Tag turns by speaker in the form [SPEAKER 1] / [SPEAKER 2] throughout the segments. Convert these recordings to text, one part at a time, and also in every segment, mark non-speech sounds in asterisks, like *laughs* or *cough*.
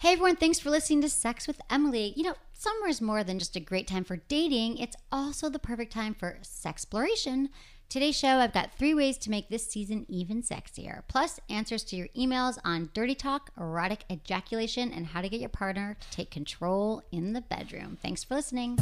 [SPEAKER 1] Hey everyone, thanks for listening to Sex with Emily. You know, summer is more than just a great time for dating, it's also the perfect time for sex exploration. Today's show, I've got three ways to make this season even sexier, plus answers to your emails on dirty talk, erotic ejaculation, and how to get your partner to take control in the bedroom. Thanks for listening.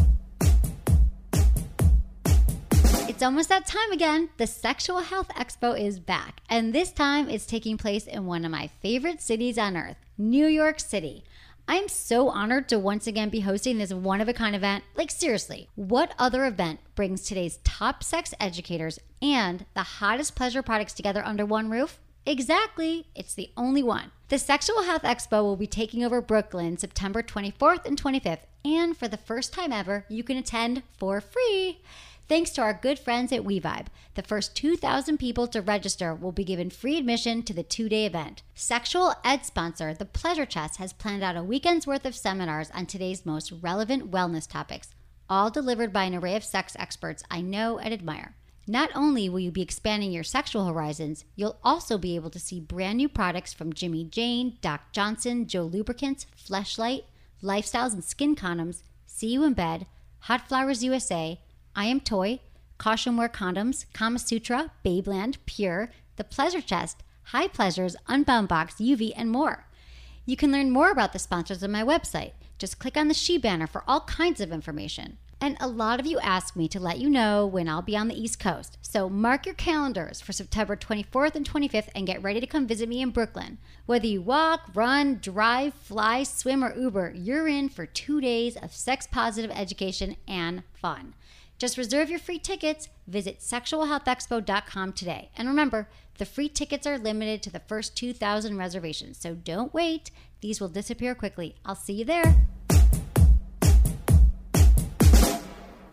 [SPEAKER 1] It's almost that time again. The Sexual Health Expo is back, and this time it's taking place in one of my favorite cities on earth, New York City. I'm so honored to once again be hosting this one of a kind event. Like, seriously, what other event brings today's top sex educators and the hottest pleasure products together under one roof? Exactly, it's the only one. The Sexual Health Expo will be taking over Brooklyn September 24th and 25th, and for the first time ever, you can attend for free. Thanks to our good friends at WeVibe, the first 2,000 people to register will be given free admission to the two day event. Sexual ed sponsor, The Pleasure Chest, has planned out a weekend's worth of seminars on today's most relevant wellness topics, all delivered by an array of sex experts I know and admire. Not only will you be expanding your sexual horizons, you'll also be able to see brand new products from Jimmy Jane, Doc Johnson, Joe Lubricants, Fleshlight, Lifestyles and Skin Condoms, See You in Bed, Hot Flowers USA, I Am Toy, Caution Wear Condoms, Kama Sutra, Babeland, Pure, The Pleasure Chest, High Pleasures, Unbound Box, UV, and more. You can learn more about the sponsors on my website. Just click on the She banner for all kinds of information. And a lot of you ask me to let you know when I'll be on the East Coast. So mark your calendars for September 24th and 25th and get ready to come visit me in Brooklyn. Whether you walk, run, drive, fly, swim, or Uber, you're in for two days of sex positive education and fun. Just reserve your free tickets. Visit sexualhealthexpo.com today. And remember, the free tickets are limited to the first 2,000 reservations, so don't wait. These will disappear quickly. I'll see you there.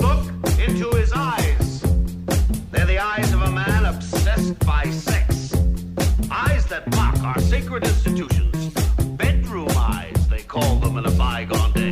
[SPEAKER 2] Look into his eyes. They're the eyes of a man obsessed by sex. Eyes that mock our sacred institutions. Bedroom eyes, they call them in a bygone day.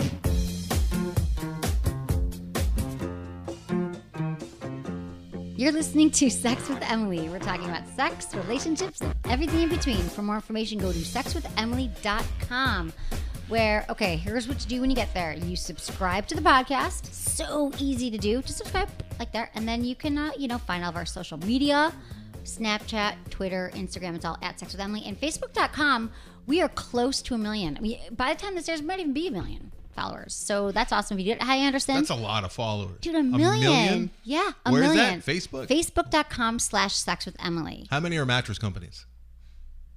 [SPEAKER 1] You're listening to Sex with Emily. We're talking about sex, relationships, and everything in between. For more information, go to sexwithemily.com. Where, okay, here's what you do when you get there. You subscribe to the podcast. So easy to do. Just subscribe like that. And then you can, uh, you know, find all of our social media Snapchat, Twitter, Instagram. It's all at Sex with Emily. And Facebook.com, we are close to a million. We, by the time this airs, we might even be a million followers. So that's awesome. If you did it, hi, Anderson.
[SPEAKER 3] That's a lot of followers.
[SPEAKER 1] Dude, a million. Yeah, a
[SPEAKER 3] Where is
[SPEAKER 1] million.
[SPEAKER 3] that? Facebook?
[SPEAKER 1] Facebook.com slash sex with Emily.
[SPEAKER 3] How many are mattress companies?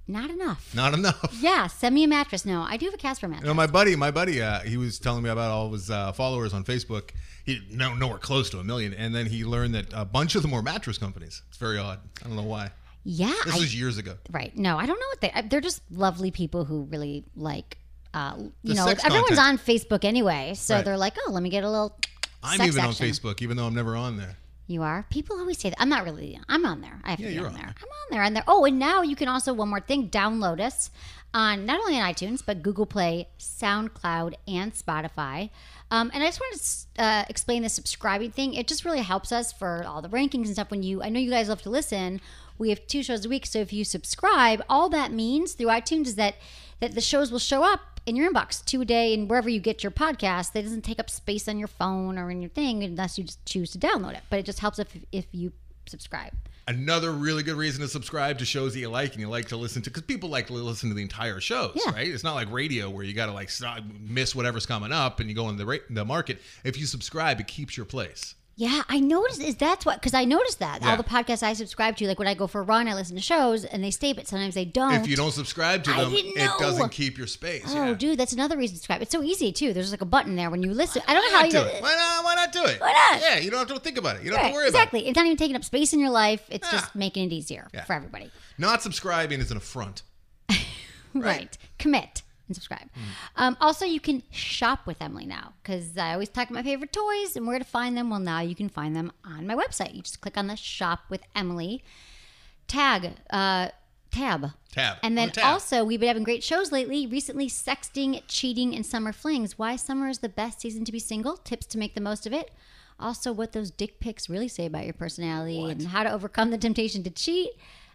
[SPEAKER 1] Not enough.
[SPEAKER 3] Not *laughs* enough.
[SPEAKER 1] Yeah, send me a mattress. No, I do have a Casper mattress.
[SPEAKER 3] You know, my buddy, my buddy, uh, he was telling me about all of his uh, followers on Facebook. He no nowhere close to a million, and then he learned that a bunch of them were mattress companies. It's very odd. I don't know why.
[SPEAKER 1] yeah.
[SPEAKER 3] This
[SPEAKER 1] I-
[SPEAKER 3] was years ago.
[SPEAKER 1] right. No, I don't know what they, I- they're just lovely people who really like, uh, you
[SPEAKER 3] The
[SPEAKER 1] know,
[SPEAKER 3] sex
[SPEAKER 1] everyone's
[SPEAKER 3] content.
[SPEAKER 1] on Facebook anyway. So
[SPEAKER 3] Right.
[SPEAKER 1] they're like, oh, let me get a little.
[SPEAKER 3] I'm
[SPEAKER 1] sex
[SPEAKER 3] even
[SPEAKER 1] action.
[SPEAKER 3] on Facebook, even though I'm never on there.
[SPEAKER 1] You are. People always say that. I'm not really. I'm on there. I have
[SPEAKER 3] Yeah,
[SPEAKER 1] to be
[SPEAKER 3] you're
[SPEAKER 1] on
[SPEAKER 3] on
[SPEAKER 1] there.
[SPEAKER 3] there.
[SPEAKER 1] I'm on there. And there. Oh, and now you can also one more thing: download us on not only on iTunes but Google Play, SoundCloud, and Spotify. Um, and I just wanted to s- uh, explain the subscribing thing. It just really helps us for all the rankings and stuff. When you, I know you guys love to listen. We have two shows a week, so if you subscribe, all that means through iTunes is that that the shows will show up in your inbox two a day and wherever you get your podcast. That doesn't take up space on your phone or in your thing unless you just choose to download it. But it just helps if, if you subscribe.
[SPEAKER 3] Another really good reason to subscribe to shows that you like and you like to listen to because people like to listen to the entire shows,
[SPEAKER 1] Yeah.
[SPEAKER 3] right? It's not like radio where you got to like stop, miss whatever's coming up and you go in the ra- the market. If you subscribe, it keeps your place.
[SPEAKER 1] Yeah, I noticed is that's what because I noticed that all
[SPEAKER 3] Yeah.
[SPEAKER 1] the podcasts I subscribe to, like when I go for a run, I listen to shows and they stay, but sometimes they don't.
[SPEAKER 3] If you don't subscribe to
[SPEAKER 1] I
[SPEAKER 3] them,
[SPEAKER 1] didn't
[SPEAKER 3] it
[SPEAKER 1] know.
[SPEAKER 3] doesn't keep your space.
[SPEAKER 1] oh,
[SPEAKER 3] yeah.
[SPEAKER 1] dude, that's another reason to subscribe. It's so easy too. There's like a button there when you listen. I don't know
[SPEAKER 3] Why
[SPEAKER 1] how
[SPEAKER 3] not
[SPEAKER 1] you.
[SPEAKER 3] do it? Why not? Why not do it?
[SPEAKER 1] Why not?
[SPEAKER 3] Yeah, you don't have to think about it. You don't have
[SPEAKER 1] Right,
[SPEAKER 3] to worry
[SPEAKER 1] exactly.
[SPEAKER 3] about
[SPEAKER 1] It's not even taking up space in your life. It's
[SPEAKER 3] Yeah.
[SPEAKER 1] just making it easier
[SPEAKER 3] Yeah.
[SPEAKER 1] for everybody.
[SPEAKER 3] it. Not subscribing is an affront.
[SPEAKER 1] Mm-hmm. Right. Commit and subscribe.
[SPEAKER 3] Mm.
[SPEAKER 1] Um, also, you can shop with Emily now because I always talk about my favorite toys and where to find them. Well, now you can find them on my website. You just click on the shop with Emily Tag, uh, tab.
[SPEAKER 3] Tab.
[SPEAKER 1] And
[SPEAKER 3] Oh,
[SPEAKER 1] then
[SPEAKER 3] tab.
[SPEAKER 1] also, we've been having great shows lately. Recently, sexting, cheating, and summer flings. Why summer is the best season to be single. Tips to make the most of it. Also, what those dick pics really say about your personality and how to overcome the temptation to cheat.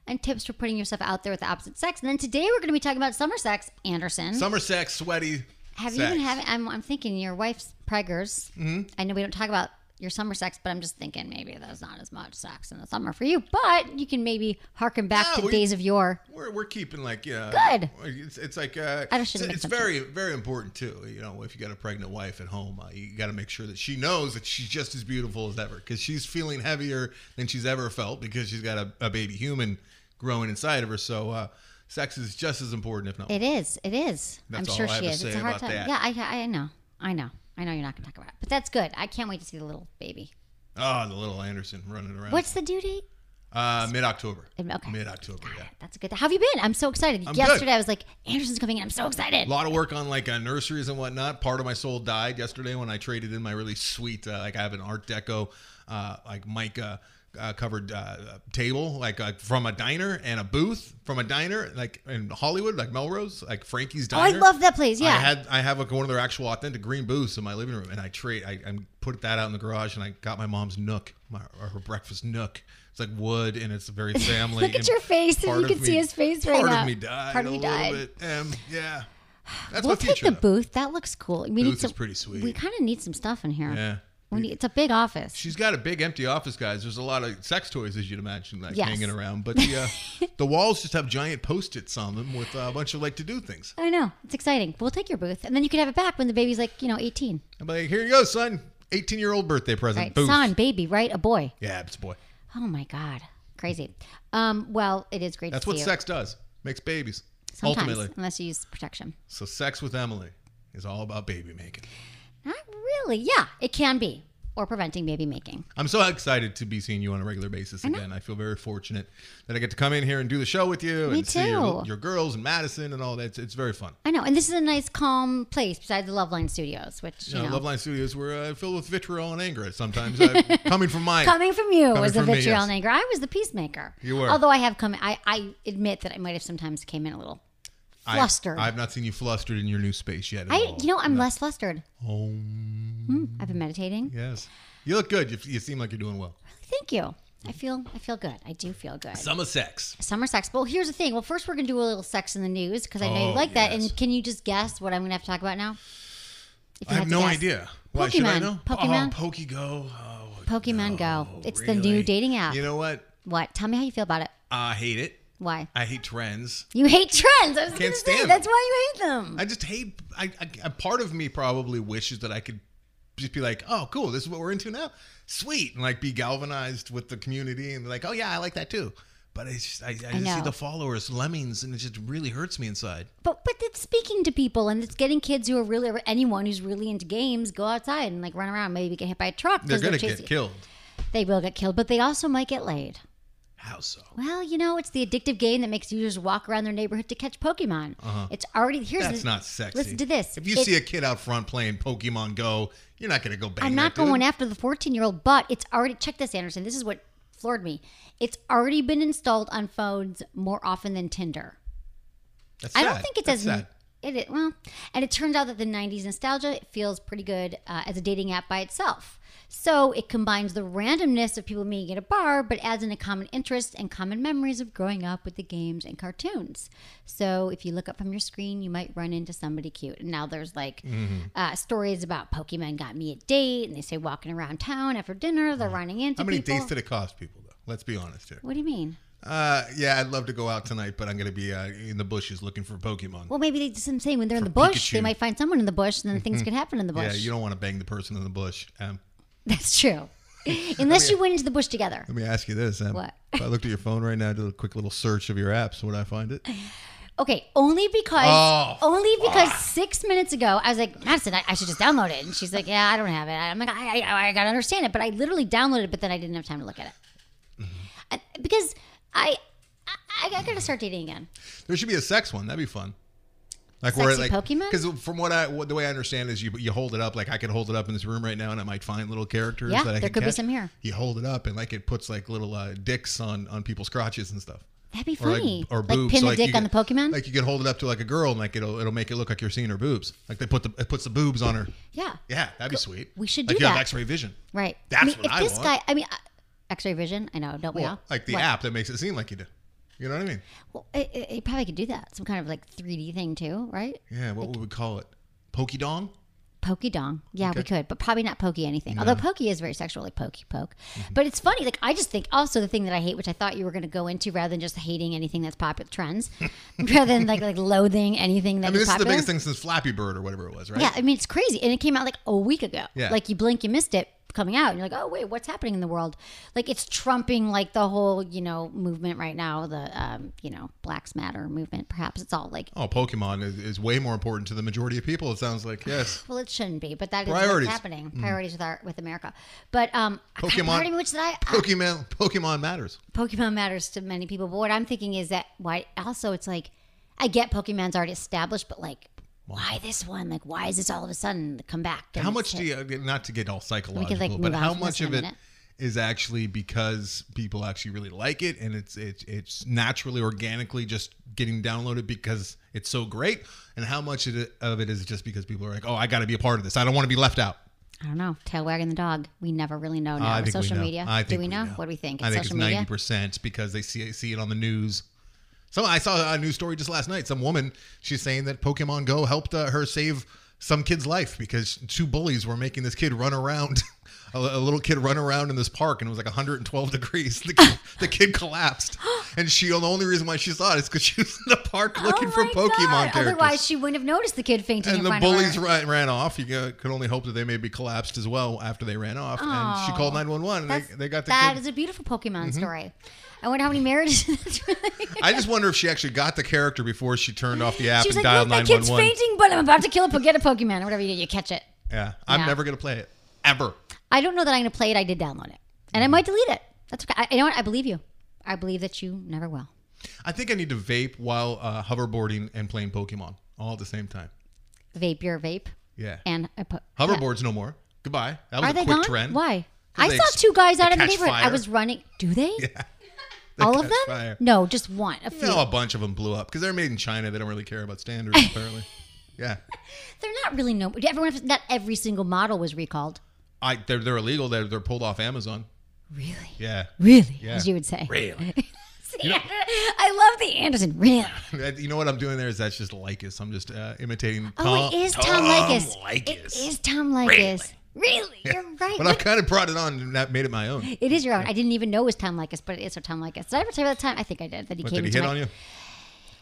[SPEAKER 1] And tips for putting yourself out there with the opposite sex. And then today we're going to be talking about summer sex, Anderson.
[SPEAKER 3] Summer sex, sweaty.
[SPEAKER 1] Have you
[SPEAKER 3] sex. Mm-hmm.
[SPEAKER 1] been having? I'm, I'm thinking your wife's preggers. I know we don't talk about your summer sex, but I'm just thinking maybe there's not as much sex in the summer for you. But you can maybe harken back
[SPEAKER 3] No,
[SPEAKER 1] to
[SPEAKER 3] we-
[SPEAKER 1] days of yore.
[SPEAKER 3] We're, we're keeping like yeah
[SPEAKER 1] Good.
[SPEAKER 3] It's, it's like uh,
[SPEAKER 1] I
[SPEAKER 3] it's,
[SPEAKER 1] shouldn't make
[SPEAKER 3] it's
[SPEAKER 1] sense of
[SPEAKER 3] very very important too. You know, if you got a pregnant wife at home, uh, you got to make sure that she knows that she's just as beautiful as ever because she's feeling heavier than she's ever felt because she's got a, a baby human growing inside of her. So uh, sex is just as important, if not.
[SPEAKER 1] It is. It is.
[SPEAKER 3] That's
[SPEAKER 1] I'm
[SPEAKER 3] all
[SPEAKER 1] sure
[SPEAKER 3] I have
[SPEAKER 1] she
[SPEAKER 3] to
[SPEAKER 1] is. It's
[SPEAKER 3] say
[SPEAKER 1] a hard
[SPEAKER 3] about
[SPEAKER 1] time.
[SPEAKER 3] that.
[SPEAKER 1] Yeah, I, I know. I know. I know you're not going to talk about it, but that's good. I can't wait to see the little baby.
[SPEAKER 3] oh, the little Anderson running around.
[SPEAKER 1] What's the due date?
[SPEAKER 3] uh, mid October?
[SPEAKER 1] Okay.
[SPEAKER 3] Mid October. Yeah.
[SPEAKER 1] That's a good. How have you been? I'm so excited.
[SPEAKER 3] I'm
[SPEAKER 1] Yesterday
[SPEAKER 3] good.
[SPEAKER 1] I was like, Anderson's coming in. I'm so excited.
[SPEAKER 3] A lot of work on like uh, nurseries and whatnot. Part of my soul died yesterday when I traded in my really sweet, uh, like I have an Art Deco, uh, like mica uh, covered uh, uh, table, like uh, from a diner and a booth from a diner, like in Hollywood, like Melrose, like Frankie's
[SPEAKER 1] oh, I
[SPEAKER 3] Diner.
[SPEAKER 1] love that place. Yeah.
[SPEAKER 3] I had I have like one of their actual authentic green booths in my living room, and I trade I, I put that out in the garage, and I got my mom's nook, my or her breakfast nook. It's like wood, and
[SPEAKER 1] *laughs*
[SPEAKER 3] it's very family.
[SPEAKER 1] Look at
[SPEAKER 3] and
[SPEAKER 1] your face, and
[SPEAKER 3] part
[SPEAKER 1] you
[SPEAKER 3] of
[SPEAKER 1] can see his face right
[SPEAKER 3] Part
[SPEAKER 1] now.
[SPEAKER 3] of me died.
[SPEAKER 1] Part of you
[SPEAKER 3] a little
[SPEAKER 1] died.
[SPEAKER 3] Bit. Um,
[SPEAKER 1] *sighs*
[SPEAKER 3] yeah, that's
[SPEAKER 1] we'll
[SPEAKER 3] my future.
[SPEAKER 1] take the
[SPEAKER 3] though.
[SPEAKER 1] booth. That looks cool. We need
[SPEAKER 3] Booth is
[SPEAKER 1] some,
[SPEAKER 3] pretty sweet.
[SPEAKER 1] We kind of need some stuff in here.
[SPEAKER 3] Yeah.
[SPEAKER 1] We need, it's a big office.
[SPEAKER 3] She's got a big empty office, guys. There's a lot of sex toys, as you'd imagine, like
[SPEAKER 1] Yes.
[SPEAKER 3] hanging around. But the
[SPEAKER 1] *laughs*
[SPEAKER 3] uh, the walls just have giant post its on them with uh, a bunch of like to do things.
[SPEAKER 1] I know. It's exciting. We'll take your booth, and then you can have it back when the baby's like, you know, eighteen.
[SPEAKER 3] I'm like, here you go, son. 18 year old birthday present.
[SPEAKER 1] Right?
[SPEAKER 3] Booth.
[SPEAKER 1] Son, baby, right? A boy.
[SPEAKER 3] Yeah, it's a boy.
[SPEAKER 1] Oh my god, crazy. Um, well, it is great.
[SPEAKER 3] That's
[SPEAKER 1] to
[SPEAKER 3] what
[SPEAKER 1] see you.
[SPEAKER 3] sex does. Makes babies.
[SPEAKER 1] Sometimes,
[SPEAKER 3] Ultimately.
[SPEAKER 1] unless you use protection.
[SPEAKER 3] So sex with Emily is all about baby making.
[SPEAKER 1] Not really. Yeah, it can be, or preventing baby making.
[SPEAKER 3] I'm so excited to be seeing you on a regular basis again. I feel very fortunate that I get to come in here and do the show with you and see your,
[SPEAKER 1] too.
[SPEAKER 3] your girls and Madison and all that. It's, it's very fun.
[SPEAKER 1] I know, and this is a nice, calm place besides the Loveline Studios, which you
[SPEAKER 3] You know,
[SPEAKER 1] know,
[SPEAKER 3] Loveline Studios were uh, filled with vitriol and anger sometimes. Uh,
[SPEAKER 1] *laughs*
[SPEAKER 3] coming from my
[SPEAKER 1] coming from you
[SPEAKER 3] Coming
[SPEAKER 1] was a
[SPEAKER 3] from me,
[SPEAKER 1] vitriol
[SPEAKER 3] yes.
[SPEAKER 1] and anger. I was the peacemaker.
[SPEAKER 3] You were.
[SPEAKER 1] Although I have come, I, I admit that I might have sometimes came in a little
[SPEAKER 3] I-
[SPEAKER 1] flustered.
[SPEAKER 3] I've not seen you flustered in your new space yet. at
[SPEAKER 1] I,
[SPEAKER 3] all.
[SPEAKER 1] you know, I'm less flustered.
[SPEAKER 3] Home.
[SPEAKER 1] I've been meditating.
[SPEAKER 3] Yes. You look good. You, you seem like you're doing well.
[SPEAKER 1] Thank you. I feel, I feel good. I do feel good.
[SPEAKER 3] Summer sex.
[SPEAKER 1] Summer sex. Well, here's the thing. Well, first we're gonna do a little sex in the news because I know you
[SPEAKER 3] Oh,
[SPEAKER 1] like that.
[SPEAKER 3] yes.
[SPEAKER 1] And can you just guess what I'm gonna have to talk about now? If you
[SPEAKER 3] I have
[SPEAKER 1] to
[SPEAKER 3] no
[SPEAKER 1] guess.
[SPEAKER 3] idea. Why should I
[SPEAKER 1] Pokemon.
[SPEAKER 3] know?
[SPEAKER 1] Pokemon.
[SPEAKER 3] Oh, Pokego. Oh,
[SPEAKER 1] Pokemon Go. It's the
[SPEAKER 3] really?
[SPEAKER 1] new dating app.
[SPEAKER 3] You know what?
[SPEAKER 1] what? Tell me how you feel about it.
[SPEAKER 3] I hate it.
[SPEAKER 1] Why?
[SPEAKER 3] I hate trends.
[SPEAKER 1] You hate trends. I was
[SPEAKER 3] Can't
[SPEAKER 1] gonna say,
[SPEAKER 3] stand
[SPEAKER 1] that's
[SPEAKER 3] them.
[SPEAKER 1] why you hate them.
[SPEAKER 3] I just hate. I, I a part of me probably wishes that I could just be like, oh, cool, this is what we're into now, sweet, and like be galvanized with the community and be like, oh yeah, I like that too. But it's just, I, I just see
[SPEAKER 1] know.
[SPEAKER 3] the followers, lemmings, and it just really hurts me inside.
[SPEAKER 1] But but it's speaking to people and it's getting kids who are really or anyone who's really into games go outside and like run around maybe get hit by a truck. 'cause
[SPEAKER 3] They're gonna
[SPEAKER 1] chasing-
[SPEAKER 3] get killed.
[SPEAKER 1] They will get killed, but they also might get laid.
[SPEAKER 3] How so?
[SPEAKER 1] Well, you know, it's the addictive game that makes users walk around their neighborhood to catch Pokemon. It's already here's
[SPEAKER 3] Uh-huh. That's
[SPEAKER 1] the-
[SPEAKER 3] not sexy.
[SPEAKER 1] Listen to this.
[SPEAKER 3] If you
[SPEAKER 1] It-
[SPEAKER 3] see a kid out front playing Pokemon Go, you're not gonna go bang.
[SPEAKER 1] I'm
[SPEAKER 3] that
[SPEAKER 1] not going
[SPEAKER 3] dude.
[SPEAKER 1] after the 14 year old, but it's already check this, Anderson. This is what floored me. It's already been installed on phones more often than Tinder.
[SPEAKER 3] That's
[SPEAKER 1] I don't
[SPEAKER 3] sad.
[SPEAKER 1] think it's
[SPEAKER 3] That's
[SPEAKER 1] as
[SPEAKER 3] sad.
[SPEAKER 1] It, it well, and it turns out that the '90s nostalgia feels pretty good uh, as a dating app by itself. So it combines the randomness of people meeting at a bar, but adds in a common interest and common memories of growing up with the games and cartoons. So if you look up from your screen, you might run into somebody cute. And now there's like
[SPEAKER 3] Mm-hmm.
[SPEAKER 1] uh, stories about Pokemon got me a date, and they say walking around town after dinner, they're running into
[SPEAKER 3] How many
[SPEAKER 1] people.
[SPEAKER 3] dates did it cost people though? Let's be honest here.
[SPEAKER 1] what do you mean?
[SPEAKER 3] Uh, yeah, I'd love to go out tonight, but I'm gonna be uh, in the bushes looking for Pokemon.
[SPEAKER 1] Well, maybe they just I'm saying when they're in the
[SPEAKER 3] From
[SPEAKER 1] bush, they
[SPEAKER 3] Pikachu. Mm-hmm.
[SPEAKER 1] might find someone in the bush, and then things could happen in the bush.
[SPEAKER 3] Yeah, you don't want to bang the person in the bush. Um,
[SPEAKER 1] That's
[SPEAKER 3] *laughs*
[SPEAKER 1] true. Unless you went into the bush together.
[SPEAKER 3] let me ask you this: um,
[SPEAKER 1] What?
[SPEAKER 3] If I looked at your phone right now, did a quick little search of your apps, would I
[SPEAKER 1] *laughs*
[SPEAKER 3] find it?
[SPEAKER 1] Okay, only because
[SPEAKER 3] Oh,
[SPEAKER 1] only because six minutes ago I was like, Madison, I, I should just download it, and she's like, Yeah, I don't have it. I'm like, I, I, I gotta understand it, but I literally downloaded it, but then I didn't have time to look at it
[SPEAKER 3] Mm-hmm.
[SPEAKER 1] I- because I, I I gotta start dating again.
[SPEAKER 3] There should be a sex one. That'd be fun. Like where
[SPEAKER 1] Sexy
[SPEAKER 3] like
[SPEAKER 1] Pokemon?
[SPEAKER 3] because from what I what, the way I understand is you you hold it up like I could hold it up in this room right now and I might find little characters.
[SPEAKER 1] Yeah,
[SPEAKER 3] that I
[SPEAKER 1] there
[SPEAKER 3] can
[SPEAKER 1] could be
[SPEAKER 3] catch.
[SPEAKER 1] some here.
[SPEAKER 3] You hold it up and like it puts like little uh, dicks on on people's crotches and stuff.
[SPEAKER 1] That'd be
[SPEAKER 3] Or like,
[SPEAKER 1] funny.
[SPEAKER 3] or
[SPEAKER 1] Like,
[SPEAKER 3] boobs.
[SPEAKER 1] pin
[SPEAKER 3] So,
[SPEAKER 1] a
[SPEAKER 3] like,
[SPEAKER 1] dick
[SPEAKER 3] you
[SPEAKER 1] on the
[SPEAKER 3] could-
[SPEAKER 1] Pokemon?
[SPEAKER 3] Like you could hold it up to like a girl and like it'll it'll make it look like you're seeing her boobs. Like they put the it puts the boobs on her.
[SPEAKER 1] Yeah.
[SPEAKER 3] Yeah, that'd be sweet.
[SPEAKER 1] we should
[SPEAKER 3] like
[SPEAKER 1] do
[SPEAKER 3] you
[SPEAKER 1] that.
[SPEAKER 3] have X-ray vision.
[SPEAKER 1] Right. I
[SPEAKER 3] That's
[SPEAKER 1] mean,
[SPEAKER 3] what
[SPEAKER 1] if
[SPEAKER 3] I
[SPEAKER 1] this
[SPEAKER 3] want.
[SPEAKER 1] guy, I mean, uh, X-ray vision. I know, don't we all?
[SPEAKER 3] Like the
[SPEAKER 1] What?
[SPEAKER 3] app that makes it seem like you do. You know what I mean?
[SPEAKER 1] Well, it, it, it probably could do that. Some kind of like 3D thing too, right?
[SPEAKER 3] Yeah. What would we call it? Pokey dong.
[SPEAKER 1] Pokey dong. Yeah, we could, but probably not pokey anything. Although pokey is very sexual, like pokey poke.
[SPEAKER 3] Mm-hmm.
[SPEAKER 1] But it's funny. Like I just think also the thing that I hate, which I thought you were going to go into, rather than just hating anything that's popular
[SPEAKER 3] *laughs*
[SPEAKER 1] trends, rather than like like loathing anything that
[SPEAKER 3] I mean,
[SPEAKER 1] is
[SPEAKER 3] this is the
[SPEAKER 1] popular.
[SPEAKER 3] biggest thing since Flappy Bird or whatever it was, right?
[SPEAKER 1] Yeah, I mean it's crazy, and it came out like a week ago.
[SPEAKER 3] Yeah.
[SPEAKER 1] Like you blink, you missed it coming out, and you're like, oh wait, what's happening in the world? Like it's trumping like the whole you know movement right now, the um, you know Blacks Matter movement. Perhaps it's all like.
[SPEAKER 3] Oh, Pokemon is, is way more important to the majority of people. It sounds like
[SPEAKER 1] *sighs*
[SPEAKER 3] yes.
[SPEAKER 1] Well, it shouldn't be, but that is
[SPEAKER 3] Priorities. Mm.
[SPEAKER 1] what's happening. Priorities with our with America, but um,
[SPEAKER 3] Pokemon-
[SPEAKER 1] part of me which that
[SPEAKER 3] *laughs*
[SPEAKER 1] I, uh,
[SPEAKER 3] Pokemon Pokemon matters.
[SPEAKER 1] Pokemon matters to many people, but what I'm thinking is that why also it's like I get Pokemon's already established, but like why this one? Like why is this all of a sudden come back? and
[SPEAKER 3] how
[SPEAKER 1] it's
[SPEAKER 3] much do
[SPEAKER 1] hit?
[SPEAKER 3] you not to get all psychological,
[SPEAKER 1] move
[SPEAKER 3] but
[SPEAKER 1] on
[SPEAKER 3] how
[SPEAKER 1] from
[SPEAKER 3] much
[SPEAKER 1] this in
[SPEAKER 3] of
[SPEAKER 1] a
[SPEAKER 3] it
[SPEAKER 1] minute.
[SPEAKER 3] is actually because people actually really like it and it's it's it's naturally organically just getting downloaded because it's so great, and how much of it- of it is just because people are like, oh, I got to be a part of this. I don't want to be left out.
[SPEAKER 1] I don't know. Tail wagging the dog. We never really know
[SPEAKER 3] I
[SPEAKER 1] now.
[SPEAKER 3] think we
[SPEAKER 1] social
[SPEAKER 3] know.
[SPEAKER 1] media.
[SPEAKER 3] I think
[SPEAKER 1] do we, know? What do we think?
[SPEAKER 3] I think
[SPEAKER 1] social
[SPEAKER 3] it's
[SPEAKER 1] media.
[SPEAKER 3] ninety percent because they see see it on the news. Some I saw a news story just last night. Some woman she's saying that Pokemon Go helped uh, her save some kid's life because two bullies were making this kid run around. *laughs* A a little kid run around in this park and it was like 112 *laughs* degrees. The kid, the kid
[SPEAKER 1] *gasps*
[SPEAKER 3] collapsed, and she the only reason why she saw it is because she was in the park looking
[SPEAKER 1] Oh
[SPEAKER 3] for
[SPEAKER 1] my
[SPEAKER 3] Pokemon
[SPEAKER 1] God.
[SPEAKER 3] characters.
[SPEAKER 1] Otherwise, she wouldn't have noticed the kid fainting
[SPEAKER 3] and
[SPEAKER 1] in
[SPEAKER 3] the
[SPEAKER 1] front
[SPEAKER 3] bullies
[SPEAKER 1] of her.
[SPEAKER 3] ran, ran off. You uh, could only hope that they maybe collapsed as well after they ran off. and she
[SPEAKER 1] Oh.
[SPEAKER 3] called 911. And
[SPEAKER 1] That's-
[SPEAKER 3] they, they got the
[SPEAKER 1] That
[SPEAKER 3] kid. Mm-hmm.
[SPEAKER 1] is a beautiful Pokemon story. I wonder how many marriages. *laughs* that's really- *laughs*
[SPEAKER 3] I just wonder if she actually got the character before she turned off the app
[SPEAKER 1] She's
[SPEAKER 3] and
[SPEAKER 1] like,
[SPEAKER 3] dialed
[SPEAKER 1] look, that kid's
[SPEAKER 3] 911.
[SPEAKER 1] fainting, but I'm about to kill a get a Pokemon or whatever you do, you catch it.
[SPEAKER 3] Yeah, I'm
[SPEAKER 1] Yeah.
[SPEAKER 3] never going to play it. Ever.
[SPEAKER 1] I don't know that I'm going to play it. I did download it, and I
[SPEAKER 3] Mm.
[SPEAKER 1] might delete it. That's okay. I, you know what? I believe you. I believe that you never will.
[SPEAKER 3] I think I need to vape while uh, hoverboarding and playing Pokemon all at the same time.
[SPEAKER 1] Vape your vape
[SPEAKER 3] Yeah.
[SPEAKER 1] and I put
[SPEAKER 3] Hoverboards no more. Goodbye. That was
[SPEAKER 1] Are
[SPEAKER 3] a
[SPEAKER 1] they
[SPEAKER 3] quick
[SPEAKER 1] gone?
[SPEAKER 3] trend.
[SPEAKER 1] Why? I
[SPEAKER 3] they
[SPEAKER 1] saw
[SPEAKER 3] ex-
[SPEAKER 1] two guys
[SPEAKER 3] they
[SPEAKER 1] out in the
[SPEAKER 3] catch
[SPEAKER 1] neighborhood. I
[SPEAKER 3] fire.
[SPEAKER 1] was running. Do they?
[SPEAKER 3] *laughs* They
[SPEAKER 1] All of
[SPEAKER 3] catch
[SPEAKER 1] them?
[SPEAKER 3] fire.
[SPEAKER 1] No, just one. A few.
[SPEAKER 3] No, a bunch of them blew up because they're made in China. They don't really care about standards,
[SPEAKER 1] *laughs*
[SPEAKER 3] apparently. Yeah.
[SPEAKER 1] They're not really no. Everyone, not every single model was recalled.
[SPEAKER 3] I they're, they're illegal. They're, they're pulled off Amazon.
[SPEAKER 1] Really?
[SPEAKER 3] Yeah.
[SPEAKER 1] Really?
[SPEAKER 3] Yeah.
[SPEAKER 1] As you would say. *laughs*
[SPEAKER 3] Really?
[SPEAKER 1] See, I love the Anderson. Really?
[SPEAKER 3] That- you know what I'm doing there is that's just Lycus. I'm just uh, imitating
[SPEAKER 1] Oh,
[SPEAKER 3] Tom.
[SPEAKER 1] it is Tom Likas. It is Tom Likas. Really? You're right.
[SPEAKER 3] But I've kind of brought it on and that made it my own.
[SPEAKER 1] It is your own. I didn't even know it was Tom Likas, but it is Tom Likas. Did I ever tell you about the time? I think I did. That he
[SPEAKER 3] What,
[SPEAKER 1] came
[SPEAKER 3] did
[SPEAKER 1] into
[SPEAKER 3] he hit
[SPEAKER 1] my-
[SPEAKER 3] on you?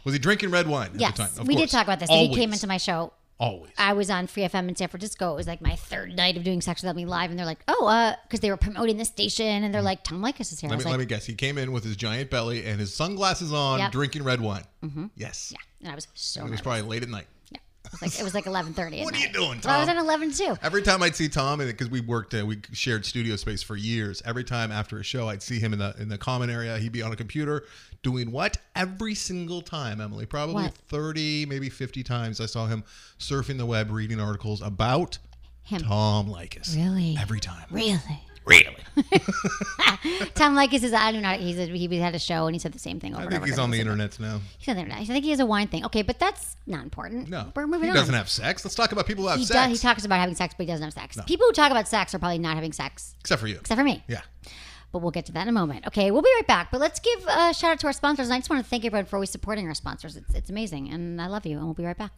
[SPEAKER 3] Was he drinking red wine at
[SPEAKER 1] Yes,
[SPEAKER 3] the time? Of
[SPEAKER 1] we
[SPEAKER 3] course.
[SPEAKER 1] did talk about this.
[SPEAKER 3] Always.
[SPEAKER 1] He came into my show.
[SPEAKER 3] Always.
[SPEAKER 1] I was on Free FM in San Francisco. It was like my third night of doing Sex Without Me live, and they're like, "Oh, uh," because they were promoting the station, and they're like, "Tom Likas is here." I
[SPEAKER 3] Mm. let,
[SPEAKER 1] was
[SPEAKER 3] me,
[SPEAKER 1] like,
[SPEAKER 3] let me guess. He came in with his giant belly and his sunglasses on,
[SPEAKER 1] Yep.
[SPEAKER 3] drinking red wine. Mm-hmm. Yes. Yeah.
[SPEAKER 1] and I was so
[SPEAKER 3] It was
[SPEAKER 1] nervous.
[SPEAKER 3] probably late at night.
[SPEAKER 1] Yeah. It was like it was like eleven thirty.
[SPEAKER 3] *laughs* What are you doing,
[SPEAKER 1] Well, I was
[SPEAKER 3] Tom?
[SPEAKER 1] on eleven
[SPEAKER 3] *laughs*
[SPEAKER 1] too.
[SPEAKER 3] Every time I'd see Tom, and because we worked, uh, we shared studio space for years. Every time after a show, I'd see him in the in the common area. He'd be on a computer doing what? Every single time, Emily, probably
[SPEAKER 1] What?
[SPEAKER 3] thirty, maybe fifty times. I saw him surfing the web, reading articles about
[SPEAKER 1] Him.
[SPEAKER 3] Tom Likas.
[SPEAKER 1] Really?
[SPEAKER 3] Every time.
[SPEAKER 1] Really? *laughs*
[SPEAKER 3] Really?
[SPEAKER 1] Tom Likas is I don't know. He's a, he had a show and he said the same thing over
[SPEAKER 3] I
[SPEAKER 1] and
[SPEAKER 3] think
[SPEAKER 1] over.
[SPEAKER 3] he's
[SPEAKER 1] again.
[SPEAKER 3] on the internet now.
[SPEAKER 1] He's on the internet. I think he has a wine thing. Okay, but that's not important.
[SPEAKER 3] No,
[SPEAKER 1] we're moving
[SPEAKER 3] he
[SPEAKER 1] on.
[SPEAKER 3] doesn't have sex. Let's talk about people who have
[SPEAKER 1] he,
[SPEAKER 3] sex.
[SPEAKER 1] Does, he talks about having sex, but he doesn't have sex. People who talk about sex are probably not having sex,
[SPEAKER 3] Except for you.
[SPEAKER 1] except for me.
[SPEAKER 3] yeah.
[SPEAKER 1] But we'll get to that in a moment. Okay, we'll be right back. But let's give a shout out to our sponsors. And I just want to thank everyone for always supporting our sponsors. It's, it's amazing. And I love you. And we'll be right back.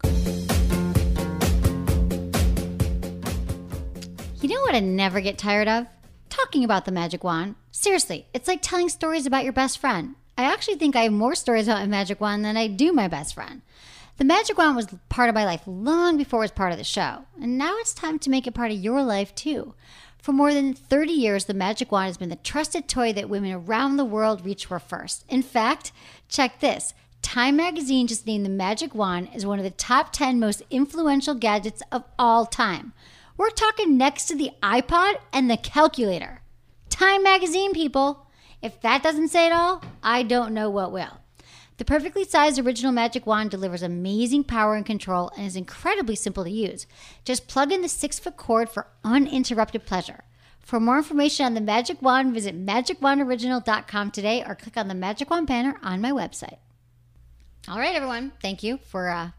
[SPEAKER 1] You know what I never get tired of? Talking about the magic wand. Seriously, it's like telling stories about your best friend. I actually think I have more stories about my magic wand than I do my best friend. The magic wand was part of my life long before it was part of the show, and now it's time to make it part of your life too. For more than 30 years, the magic wand has been the trusted toy that women around the world reach for first. In fact, check this. Time magazine just named the magic wand as one of the top 10 most influential gadgets of all time. We're talking next to the iPod and the calculator. Time magazine, people. If that doesn't say it all, I don't know what will. The perfectly sized original magic wand delivers amazing power and control and is incredibly simple to use. Just plug in the six foot cord for uninterrupted pleasure. For more information on the magic wand, visit magicwandoriginal.com today or click on the magic wand banner on my website. All right, everyone. Thank you for uh,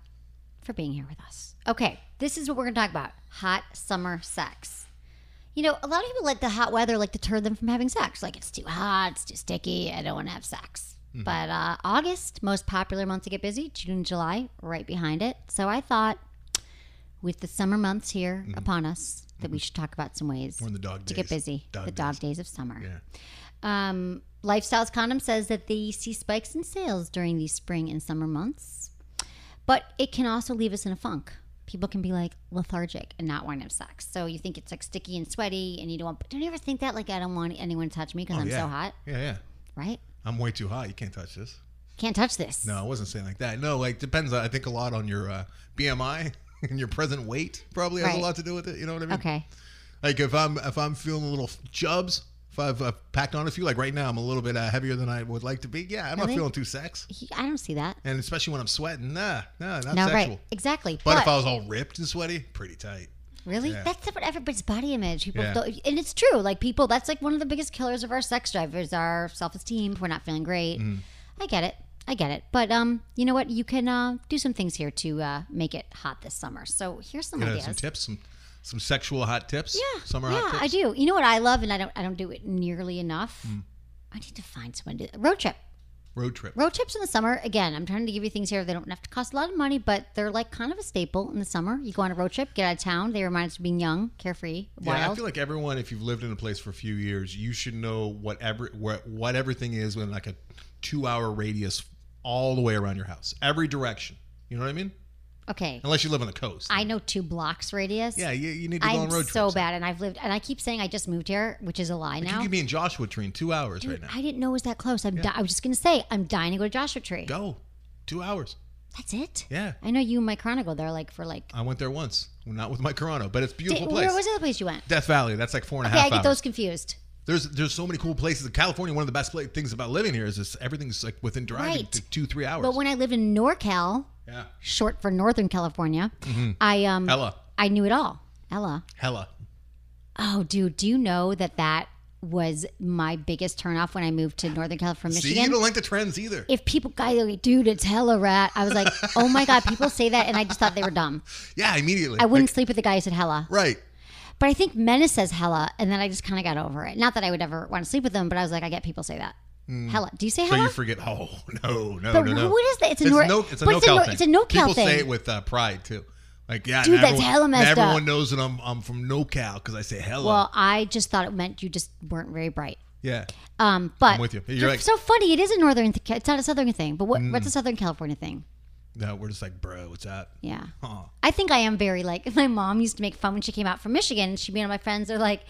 [SPEAKER 1] for being here with us. Okay, this is what we're going to talk about: hot summer sex. You know, a lot of people let the hot weather like deter them from having sex. Like it's too hot, it's too sticky. I don't want to have sex. But uh, August, most popular month to get busy. June and July, right behind it. So I thought, with the summer months here upon us, that we should talk about some ways
[SPEAKER 3] We're in the dog
[SPEAKER 1] to
[SPEAKER 3] days.
[SPEAKER 1] get busy.
[SPEAKER 3] Dog
[SPEAKER 1] the dog days of summer.
[SPEAKER 3] Yeah.
[SPEAKER 1] Um, Lifestyles Condom says that they see spikes in sales during these spring and summer months, but it can also leave us in a funk. People can be like lethargic and not want to have sex. So you think it's like sticky and sweaty, and you don't want. But don't ever think that like I don't want anyone to touch me because
[SPEAKER 3] Oh,
[SPEAKER 1] I'm
[SPEAKER 3] yeah.
[SPEAKER 1] so hot,
[SPEAKER 3] Yeah, yeah.
[SPEAKER 1] right?
[SPEAKER 3] I'm way too hot. You can't touch this.
[SPEAKER 1] Can't touch this.
[SPEAKER 3] No, I wasn't saying like that. No, like depends. I think a lot on your uh, BMI *laughs* and your present weight probably has
[SPEAKER 1] Right.
[SPEAKER 3] a lot to do with it. You know what I mean?
[SPEAKER 1] Okay.
[SPEAKER 3] Like if I'm if I'm feeling a little jubs, if I've uh, packed on a few, like right now I'm a little bit uh, heavier than I would like to be. Yeah, I'm
[SPEAKER 1] Really?
[SPEAKER 3] not feeling too sex,
[SPEAKER 1] He, I don't see that.
[SPEAKER 3] and especially when I'm sweating. Nah, nah, not
[SPEAKER 1] No,
[SPEAKER 3] sexual.
[SPEAKER 1] right? Exactly.
[SPEAKER 3] But, if I was all ripped and sweaty, pretty tight.
[SPEAKER 1] Really?
[SPEAKER 3] Yeah.
[SPEAKER 1] That's about everybody's body image. People,
[SPEAKER 3] Yeah.
[SPEAKER 1] don't- and it's true. Like people, that's like one of the biggest killers of our sex drive is our self esteem. We're not feeling great.
[SPEAKER 3] Mm-hmm.
[SPEAKER 1] I get it. I get it. But um, you know what? You can uh, do some things here to uh, make it hot this summer. So here's some
[SPEAKER 3] You know,
[SPEAKER 1] ideas.
[SPEAKER 3] some tips, some some sexual hot tips.
[SPEAKER 1] Yeah,
[SPEAKER 3] summer
[SPEAKER 1] yeah,
[SPEAKER 3] hot tips. Mm.
[SPEAKER 1] I do. You know what I love, and I don't. I don't do it nearly enough. I need to find someone to do road trip.
[SPEAKER 3] Road trip.
[SPEAKER 1] Road trips in the summer. Again, I'm trying to give you things here. They don't have to cost a lot of money, but they're like kind of a staple in the summer. You go on a road trip, get out of town. They remind us of being young, carefree,
[SPEAKER 3] Yeah,
[SPEAKER 1] wild.
[SPEAKER 3] I feel like everyone, if you've lived in a place for a few years, you should know whatever what, what everything is within like a two-hour radius all the way around your house, every direction. You know what I mean?
[SPEAKER 1] okay.
[SPEAKER 3] Unless you live on the coast.
[SPEAKER 1] I know two blocks radius.
[SPEAKER 3] yeah, you, you need to go
[SPEAKER 1] I'm
[SPEAKER 3] on road
[SPEAKER 1] so
[SPEAKER 3] trips.
[SPEAKER 1] bad, and I've lived, and I keep saying I just moved here, which is a lie
[SPEAKER 3] You
[SPEAKER 1] now.
[SPEAKER 3] could be in Joshua Tree in two hours
[SPEAKER 1] Dude,
[SPEAKER 3] right now.
[SPEAKER 1] I didn't know it was that close. I'm. Di- I was just gonna say I'm dying to go to Joshua Tree.
[SPEAKER 3] go, two hours.
[SPEAKER 1] That's it.
[SPEAKER 3] Yeah,
[SPEAKER 1] I know you and my Corona go there like for like.
[SPEAKER 3] I went there once, well, not with my Corona, but it's a
[SPEAKER 1] Did,
[SPEAKER 3] beautiful place.
[SPEAKER 1] where was the other place you went?
[SPEAKER 3] Death Valley. That's like four and a
[SPEAKER 1] Okay,
[SPEAKER 3] half
[SPEAKER 1] I get
[SPEAKER 3] hours.
[SPEAKER 1] those confused.
[SPEAKER 3] There's there's so many cool places. in California, one of the best pla things about living here is this, everything's like within driving
[SPEAKER 1] Right.
[SPEAKER 3] to two three hours.
[SPEAKER 1] But when I lived in NorCal,
[SPEAKER 3] yeah,
[SPEAKER 1] short for Northern California,
[SPEAKER 3] Mm-hmm.
[SPEAKER 1] I um
[SPEAKER 3] hella,
[SPEAKER 1] I knew it all. Ella.
[SPEAKER 3] hella.
[SPEAKER 1] Oh, dude, do you know that that was my biggest turnoff when I moved to Northern California, from
[SPEAKER 3] See,
[SPEAKER 1] Michigan?
[SPEAKER 3] you don't like the trends either.
[SPEAKER 1] if people guys are like, dude, it's hella rat. I was like, oh my god, people say that, and I just thought they were dumb.
[SPEAKER 3] Yeah, immediately.
[SPEAKER 1] I wouldn't sleep with the guy who said hella.
[SPEAKER 3] Like, right.
[SPEAKER 1] But I think Mena says hella, and then I just kind of got over it. Not that I would ever want to sleep with them, but I was like, I get people say that. Hella. Do you say
[SPEAKER 3] Mm. So
[SPEAKER 1] hella?
[SPEAKER 3] you forget. Oh *laughs* no, no,
[SPEAKER 1] But
[SPEAKER 3] no, no.
[SPEAKER 1] what is that? It's a
[SPEAKER 3] it's
[SPEAKER 1] Nor-
[SPEAKER 3] no. It's a
[SPEAKER 1] but it's a
[SPEAKER 3] NorCal
[SPEAKER 1] Nor-
[SPEAKER 3] thing.
[SPEAKER 1] it's a NorCal
[SPEAKER 3] People
[SPEAKER 1] thing.
[SPEAKER 3] say it with uh, pride too. Like yeah,
[SPEAKER 1] Dude,
[SPEAKER 3] and
[SPEAKER 1] that's
[SPEAKER 3] everyone,
[SPEAKER 1] hella
[SPEAKER 3] and
[SPEAKER 1] messed up.
[SPEAKER 3] Everyone knows that I'm I'm from NoCal because I say hella.
[SPEAKER 1] well, I just thought it meant you just weren't very bright.
[SPEAKER 3] yeah,
[SPEAKER 1] Um, but
[SPEAKER 3] I'm with you. You're Mm.
[SPEAKER 1] you're
[SPEAKER 3] right.
[SPEAKER 1] so funny. It is a northern. Th- it's not a southern thing. But what, what's a Southern California thing?
[SPEAKER 3] no, we're just like, bro, what's up?
[SPEAKER 1] Yeah.
[SPEAKER 3] Huh.
[SPEAKER 1] I think I am very like *laughs* my mom used to make fun when she came out from Michigan. She'd be on my friends. They're like,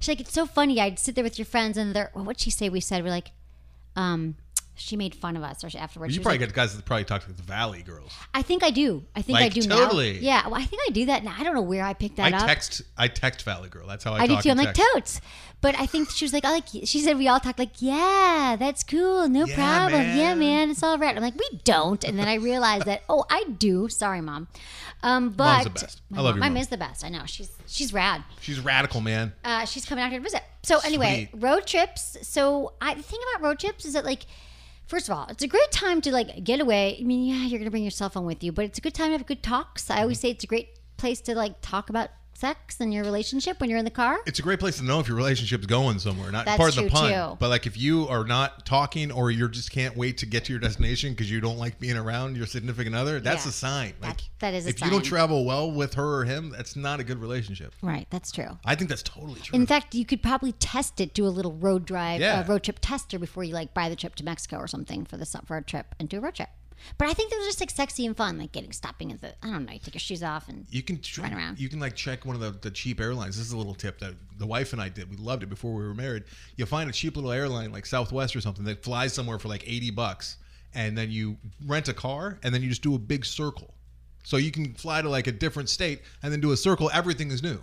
[SPEAKER 1] she's like, it's so funny. I'd sit there with your friends and they're, well, what'd she say? We said we're like, um, she made fun of us or she, afterwards.
[SPEAKER 3] You
[SPEAKER 1] she was
[SPEAKER 3] probably
[SPEAKER 1] like,
[SPEAKER 3] get guys that probably talk to the Valley girls.
[SPEAKER 1] I think I do. I think I
[SPEAKER 3] Like,
[SPEAKER 1] do
[SPEAKER 3] totally.
[SPEAKER 1] now. Yeah. Well, I think I do that now. I don't know where I picked
[SPEAKER 3] I
[SPEAKER 1] that up.
[SPEAKER 3] text. I text Valley girl. That's how I,
[SPEAKER 1] I do
[SPEAKER 3] talk.
[SPEAKER 1] too. I'm
[SPEAKER 3] in
[SPEAKER 1] like
[SPEAKER 3] text.
[SPEAKER 1] totes, but I think she was like, I like. She said we all talk like, yeah, that's cool, no
[SPEAKER 3] Yeah,
[SPEAKER 1] problem, yeah,
[SPEAKER 3] man.
[SPEAKER 1] man, it's all right. I'm like, we don't, and then I realized that, oh, I do. Sorry, mom. Um, but
[SPEAKER 3] Mom's the best.
[SPEAKER 1] My
[SPEAKER 3] I love
[SPEAKER 1] mom,
[SPEAKER 3] your
[SPEAKER 1] my
[SPEAKER 3] mom.
[SPEAKER 1] is the best. I know she's she's rad.
[SPEAKER 3] She's radical, man.
[SPEAKER 1] Uh, she's coming out here to visit. So anyway,
[SPEAKER 3] Sweet.
[SPEAKER 1] road trips. So I the thing about road trips is that like. First of all, it's a great time to like get away. I mean, yeah, you're gonna bring your cell phone with you, but it's a good time to have good talks. I
[SPEAKER 3] Mm-hmm.
[SPEAKER 1] always say it's a great place to like talk about sex and your relationship when you're in the car.
[SPEAKER 3] It's a great place to know if your relationship's going somewhere. Not
[SPEAKER 1] That's
[SPEAKER 3] part of the
[SPEAKER 1] true,
[SPEAKER 3] pun,
[SPEAKER 1] too.
[SPEAKER 3] but like if you are not talking or you just can't wait to get to your destination because you don't like being around your significant other, that's
[SPEAKER 1] Yeah.
[SPEAKER 3] a sign. Like
[SPEAKER 1] that is a
[SPEAKER 3] if you don't
[SPEAKER 1] sign.
[SPEAKER 3] travel well with her or him, that's not a good relationship.
[SPEAKER 1] Right, that's true.
[SPEAKER 3] I think that's totally true.
[SPEAKER 1] In fact, you could probably test it, do a little road drive,
[SPEAKER 3] Yeah.
[SPEAKER 1] uh, road trip tester before you like buy the trip to Mexico or something for the su- for a trip and do a road trip. But I think they're just like sexy and fun, like getting stopping at the I don't know, you take your shoes off and
[SPEAKER 3] you can tr-
[SPEAKER 1] Run around.
[SPEAKER 3] you can like check one of the, the cheap airlines. This is a little tip that the wife and I did. We loved it before we were married. You find a cheap little airline like Southwest or something that flies somewhere for like eighty bucks, and then you rent a car and then you just do a big circle. So you can fly to like a different state and then do a circle. Everything is new.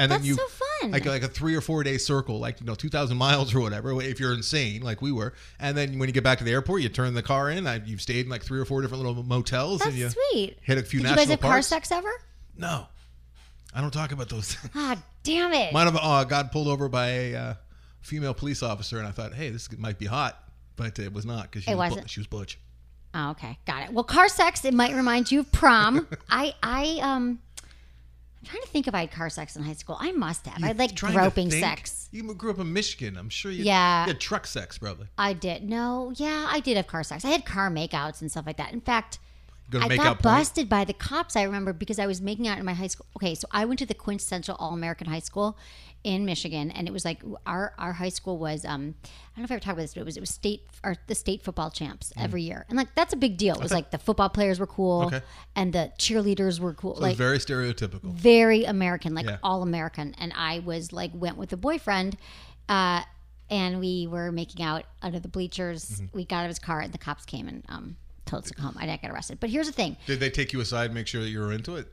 [SPEAKER 3] And
[SPEAKER 1] That's
[SPEAKER 3] then you
[SPEAKER 1] so fun.
[SPEAKER 3] like like a three or four day circle, like you know, two thousand miles or whatever, if you're insane, like we were. And then when you get back to the airport, you turn the car in. I, you've stayed in like three or four different little motels.
[SPEAKER 1] That's
[SPEAKER 3] and you
[SPEAKER 1] sweet.
[SPEAKER 3] Hit a few
[SPEAKER 1] Did you
[SPEAKER 3] national
[SPEAKER 1] guys have car
[SPEAKER 3] parks.
[SPEAKER 1] sex ever?
[SPEAKER 3] No, I don't talk about those. things. *laughs*
[SPEAKER 1] Ah, damn it.
[SPEAKER 3] Might have uh, got pulled over by a uh, female police officer, and I thought, hey, this might be hot, but it was not because she,
[SPEAKER 1] It
[SPEAKER 3] was bu-
[SPEAKER 1] wasn't.
[SPEAKER 3] she was butch.
[SPEAKER 1] Oh, okay, got it. Well, car sex it might remind you of
[SPEAKER 3] *laughs*
[SPEAKER 1] prom. I I um, I'm trying to think if I had car sex in high school. I must have. I had like
[SPEAKER 3] Trying to
[SPEAKER 1] groping
[SPEAKER 3] think.
[SPEAKER 1] sex.
[SPEAKER 3] You grew up in Michigan. I'm sure you
[SPEAKER 1] Yeah.
[SPEAKER 3] you had truck sex probably.
[SPEAKER 1] I did. No, yeah, I did have car sex. I had car makeouts and stuff like that. In fact,
[SPEAKER 3] Go to
[SPEAKER 1] I
[SPEAKER 3] make
[SPEAKER 1] got
[SPEAKER 3] out point.
[SPEAKER 1] busted by the cops. I remember because I was making out in my high school. Okay, so I went to the quintessential all American high school in Michigan, and it was like our our high school was. Um, I don't know if I ever talked about this, but it was it was state or the state football champs every year, and like that's a big deal. It was like the football players were cool,
[SPEAKER 3] Mm. Okay.
[SPEAKER 1] and the cheerleaders were cool.
[SPEAKER 3] It was
[SPEAKER 1] like
[SPEAKER 3] very stereotypical.
[SPEAKER 1] very American, like
[SPEAKER 3] Yeah.
[SPEAKER 1] all American. And I was like, went with a boyfriend, uh, and we were making out under the bleachers.
[SPEAKER 3] Mm-hmm.
[SPEAKER 1] We got out of his car, and the cops came and um, told us to go home. I didn't get arrested. But here's the thing:
[SPEAKER 3] Did they take you aside, and make sure that you were into it?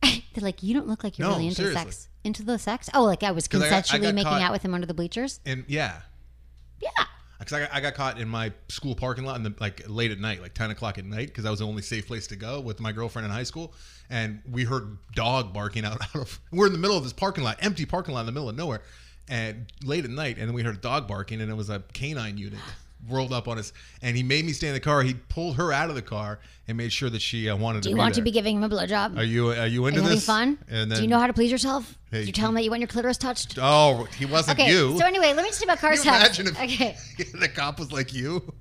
[SPEAKER 1] they're like, you don't look like you're
[SPEAKER 3] No,
[SPEAKER 1] really into
[SPEAKER 3] seriously.
[SPEAKER 1] sex. Into the sex? Oh, like I was
[SPEAKER 3] 'Cause I got- I
[SPEAKER 1] consensually
[SPEAKER 3] got
[SPEAKER 1] making
[SPEAKER 3] caught-
[SPEAKER 1] out with him under the bleachers.
[SPEAKER 3] And yeah,
[SPEAKER 1] Yeah,
[SPEAKER 3] because I got, I got caught in my school parking lot in the like late at night, like ten o'clock at night, because that was the only safe place to go with my girlfriend in high school. And we heard dog barking out, out of. *laughs* We're in the middle of this parking lot, empty parking lot in the middle of nowhere, and late at night, and then we heard a dog barking, and it was a canine unit *laughs* rolled up on us, and he made me stay in the car. He pulled her out of the car and made sure that she uh, wanted
[SPEAKER 1] do
[SPEAKER 3] to.
[SPEAKER 1] you
[SPEAKER 3] be
[SPEAKER 1] want to
[SPEAKER 3] there.
[SPEAKER 1] be giving him a blowjob?
[SPEAKER 3] Are you are you
[SPEAKER 1] Are
[SPEAKER 3] into
[SPEAKER 1] you having
[SPEAKER 3] this?
[SPEAKER 1] fun?
[SPEAKER 3] And then,
[SPEAKER 1] do you know how to please yourself?
[SPEAKER 3] Hey,
[SPEAKER 1] Did you tell him that you want your clitoris touched?
[SPEAKER 3] Oh, he wasn't
[SPEAKER 1] Okay,
[SPEAKER 3] you.
[SPEAKER 1] so anyway, let me just talk about car
[SPEAKER 3] Can you
[SPEAKER 1] sex.
[SPEAKER 3] imagine if
[SPEAKER 1] Okay,
[SPEAKER 3] *laughs* the cop was like you,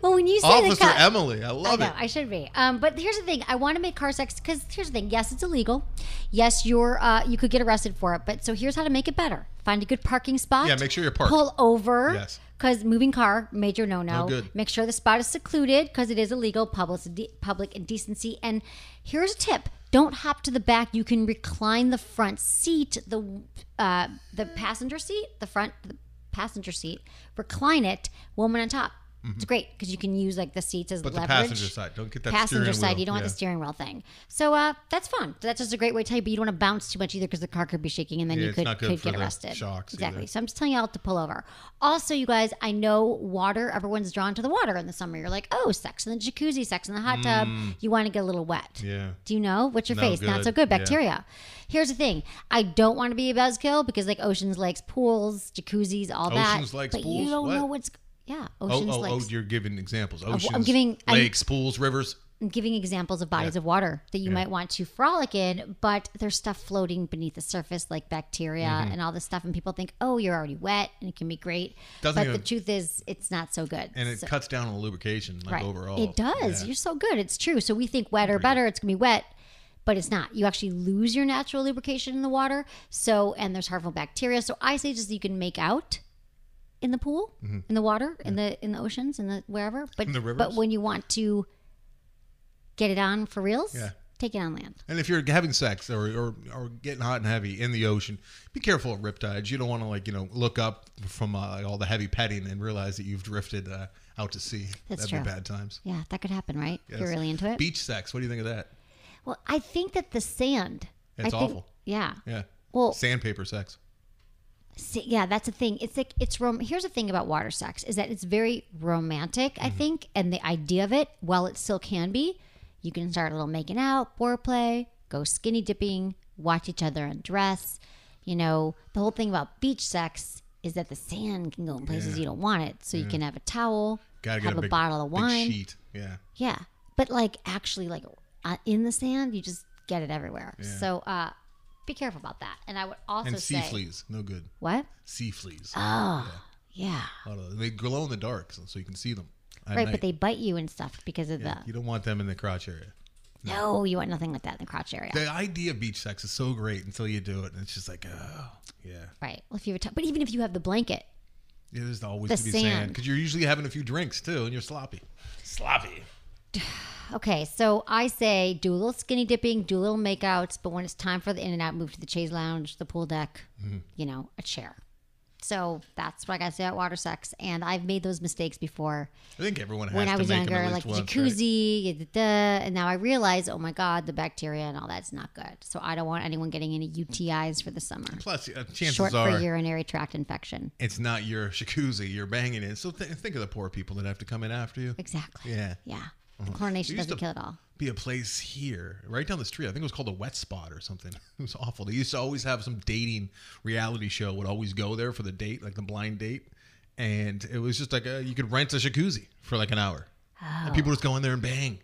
[SPEAKER 1] well, when you say the
[SPEAKER 3] Officer
[SPEAKER 1] cop-
[SPEAKER 3] Emily. I love
[SPEAKER 1] I
[SPEAKER 3] it.
[SPEAKER 1] know, I should be. Um, but here's the thing: I want to make car sex because here's the thing. Yes, it's illegal. Yes, you're uh, you could get arrested for it. But so here's how to make it better: find a good parking spot.
[SPEAKER 3] Yeah, make sure you're parked.
[SPEAKER 1] Pull over.
[SPEAKER 3] Yes.
[SPEAKER 1] Because moving car, major no no.
[SPEAKER 3] No good.
[SPEAKER 1] Make sure the spot is secluded because it is illegal publicity, public indecency. And here's a tip: don't hop to the back. You can recline the front seat, the uh, the passenger seat, the front the passenger seat. Recline it, woman on top.
[SPEAKER 3] Mm-hmm.
[SPEAKER 1] It's great because you can use like the seats as
[SPEAKER 3] but the
[SPEAKER 1] leverage
[SPEAKER 3] passenger side. Don't get that
[SPEAKER 1] passenger
[SPEAKER 3] steering
[SPEAKER 1] side.
[SPEAKER 3] wheel.
[SPEAKER 1] You don't want
[SPEAKER 3] Yeah.
[SPEAKER 1] the steering wheel thing. So uh, that's fun. That's just a great way to tell you, but you don't want to bounce too much either because the car could be shaking and then
[SPEAKER 3] Yeah,
[SPEAKER 1] you
[SPEAKER 3] it's
[SPEAKER 1] could,
[SPEAKER 3] not good
[SPEAKER 1] could
[SPEAKER 3] for
[SPEAKER 1] get
[SPEAKER 3] the
[SPEAKER 1] arrested.
[SPEAKER 3] shocks
[SPEAKER 1] exactly.
[SPEAKER 3] either.
[SPEAKER 1] So I'm just telling y'all to pull over. Also, you guys, I know water. Everyone's drawn to the water in the summer. You're like, oh, sex in the jacuzzi, sex in the hot tub. You want to get a little wet.
[SPEAKER 3] Mm. Yeah.
[SPEAKER 1] Do you know? What's your
[SPEAKER 3] No
[SPEAKER 1] face? Not
[SPEAKER 3] good.
[SPEAKER 1] so good.
[SPEAKER 3] Yeah.
[SPEAKER 1] Bacteria. Here's the thing. I don't want to be a buzzkill because like oceans, lakes, pools, jacuzzis, all that.
[SPEAKER 3] Oceans, lakes,
[SPEAKER 1] but
[SPEAKER 3] pools?
[SPEAKER 1] you don't
[SPEAKER 3] What?
[SPEAKER 1] know what's yeah.
[SPEAKER 3] Oh,
[SPEAKER 1] Oceans,
[SPEAKER 3] oh, oh,
[SPEAKER 1] lakes.
[SPEAKER 3] you're giving examples. Oceans,
[SPEAKER 1] giving- I'm-
[SPEAKER 3] lakes, pools, rivers.
[SPEAKER 1] I'm giving examples of bodies of water that you might want to frolic in, but there's stuff floating beneath the surface like bacteria
[SPEAKER 3] Mm-hmm.
[SPEAKER 1] and all this stuff. And people think, oh, you're already wet and it can be great.
[SPEAKER 3] Doesn't
[SPEAKER 1] but
[SPEAKER 3] even-
[SPEAKER 1] the truth is, it's not so good.
[SPEAKER 3] And it
[SPEAKER 1] So-
[SPEAKER 3] cuts down on lubrication, like
[SPEAKER 1] right.
[SPEAKER 3] overall.
[SPEAKER 1] It does.
[SPEAKER 3] Yeah.
[SPEAKER 1] You're so good. It's true. So we think wet or better, it's going to be wet. But it's not. You actually lose your natural lubrication in the water. So, and there's harmful bacteria. So I say just you can make out in the pool, in the water, in the in the oceans, in the wherever. But
[SPEAKER 3] Mm-hmm. In the
[SPEAKER 1] but
[SPEAKER 3] rivers?
[SPEAKER 1] when you want to get it on for reals,
[SPEAKER 3] Yeah.
[SPEAKER 1] take it on land.
[SPEAKER 3] And if you're having sex or, or or getting hot and heavy in the ocean, be careful of riptides. You don't want to like you know look up from uh, like, all the heavy petting and realize that you've drifted uh, out to sea.
[SPEAKER 1] That's
[SPEAKER 3] That'd be
[SPEAKER 1] true.
[SPEAKER 3] bad times.
[SPEAKER 1] Yeah, that could happen, right? If you're
[SPEAKER 3] Yes.
[SPEAKER 1] really into it.
[SPEAKER 3] Beach sex. What do you think of that?
[SPEAKER 1] well, I think that the sand. I
[SPEAKER 3] It's
[SPEAKER 1] think-
[SPEAKER 3] awful.
[SPEAKER 1] Yeah.
[SPEAKER 3] Yeah.
[SPEAKER 1] Well-
[SPEAKER 3] sandpaper sex.
[SPEAKER 1] See, yeah, that's the thing. It's like it's rom. Here's the thing about water sex is that it's very romantic,
[SPEAKER 3] Mm-hmm.
[SPEAKER 1] I think, and the idea of it, while it still can be, you can start a little making out, foreplay, go skinny dipping, watch each other undress. You know, the whole thing about beach sex is that the sand can go in places you don't want it, so you can have a towel,
[SPEAKER 3] Gotta get
[SPEAKER 1] have
[SPEAKER 3] a,
[SPEAKER 1] a,
[SPEAKER 3] big,
[SPEAKER 1] bottle of
[SPEAKER 3] big
[SPEAKER 1] wine,
[SPEAKER 3] sheet. Yeah.
[SPEAKER 1] yeah, but like actually, like uh, in the sand, you just get it everywhere. So uh, be careful about that. And I would also
[SPEAKER 3] And sea
[SPEAKER 1] say Ah.
[SPEAKER 3] fleas. No good.
[SPEAKER 1] what?
[SPEAKER 3] Sea fleas.
[SPEAKER 1] Yeah.
[SPEAKER 3] A lot of them. They glow in the dark, so, so you can see them. at
[SPEAKER 1] Right,
[SPEAKER 3] night.
[SPEAKER 1] but they bite you and stuff because of the.
[SPEAKER 3] You don't want them in the crotch area.
[SPEAKER 1] no, you want nothing like that in the crotch area.
[SPEAKER 3] The idea of beach sex is so great until you do it, and it's just like, oh, yeah.
[SPEAKER 1] right. Well, if you have a t- but even if you have the blanket,
[SPEAKER 3] Yeah, There's always
[SPEAKER 1] The
[SPEAKER 3] to be sand
[SPEAKER 1] sand.
[SPEAKER 3] because you're usually having a few drinks too, and you're sloppy. Sloppy.
[SPEAKER 1] okay. So I say do a little skinny dipping, do a little
[SPEAKER 3] Mm-hmm.
[SPEAKER 1] makeouts, but when it's time for the in and out, move to the chaise lounge, the pool deck, you know, a chair. So that's what I got to say about water sex. And I've made those mistakes before
[SPEAKER 3] I think everyone has
[SPEAKER 1] when
[SPEAKER 3] to
[SPEAKER 1] I was
[SPEAKER 3] make them
[SPEAKER 1] younger,
[SPEAKER 3] at
[SPEAKER 1] like
[SPEAKER 3] least
[SPEAKER 1] the
[SPEAKER 3] once, right?
[SPEAKER 1] jacuzzi, da, da, da, and now I realize, oh my god, the bacteria and all that's not good. So I don't want anyone getting any UTIs for the summer.
[SPEAKER 3] Plus, uh, chances
[SPEAKER 1] Short
[SPEAKER 3] are
[SPEAKER 1] for urinary tract infection.
[SPEAKER 3] it's not your *laughs* jacuzzi. You're banging it. So th- think of the poor people that have to come in after you.
[SPEAKER 1] Exactly.
[SPEAKER 3] Yeah.
[SPEAKER 1] Yeah. The chlorination
[SPEAKER 3] They Mm-hmm. used
[SPEAKER 1] doesn't
[SPEAKER 3] to-
[SPEAKER 1] kill it all.
[SPEAKER 3] Be a place here, right down the street. I think it was called a wet spot or something. *laughs* It was awful. They used to always have some dating reality show. Would always go there for the date, like the blind date, and it was just like a, you could rent a jacuzzi for like an hour, and people just go in there and bang.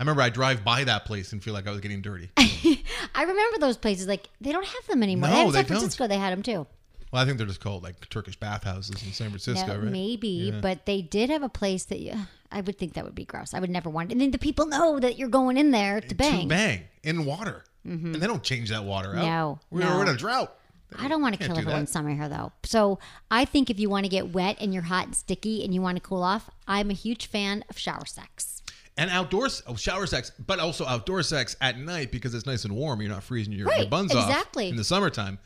[SPEAKER 3] I remember I drive by that place and feel like I was
[SPEAKER 1] *laughs*
[SPEAKER 3] getting dirty.
[SPEAKER 1] I remember those places. Like they don't have them anymore.
[SPEAKER 3] No,
[SPEAKER 1] They had in
[SPEAKER 3] they
[SPEAKER 1] San
[SPEAKER 3] don't.
[SPEAKER 1] Francisco, they had them too.
[SPEAKER 3] well, I think they're just called like Turkish bathhouses in San Francisco,
[SPEAKER 1] No,
[SPEAKER 3] right?
[SPEAKER 1] Maybe, but they did have a place that you, I would think that would be gross. I would never want. And then the people know that you're going in there to bang. Mm-hmm.
[SPEAKER 3] to bang in water, and they don't change that water out.
[SPEAKER 1] No,
[SPEAKER 3] we're,
[SPEAKER 1] no.
[SPEAKER 3] we're in a drought.
[SPEAKER 1] I don't want to
[SPEAKER 3] Can't
[SPEAKER 1] kill
[SPEAKER 3] do
[SPEAKER 1] everyone
[SPEAKER 3] that.
[SPEAKER 1] summer here though. So I think if you want to get wet and you're hot and sticky and you want to cool off, I'm a huge fan of shower sex.
[SPEAKER 3] And outdoors, oh, shower sex, but also outdoor sex at night because it's nice and warm. You're not freezing your, your
[SPEAKER 1] Right,
[SPEAKER 3] buns off.
[SPEAKER 1] exactly.
[SPEAKER 3] In the summertime,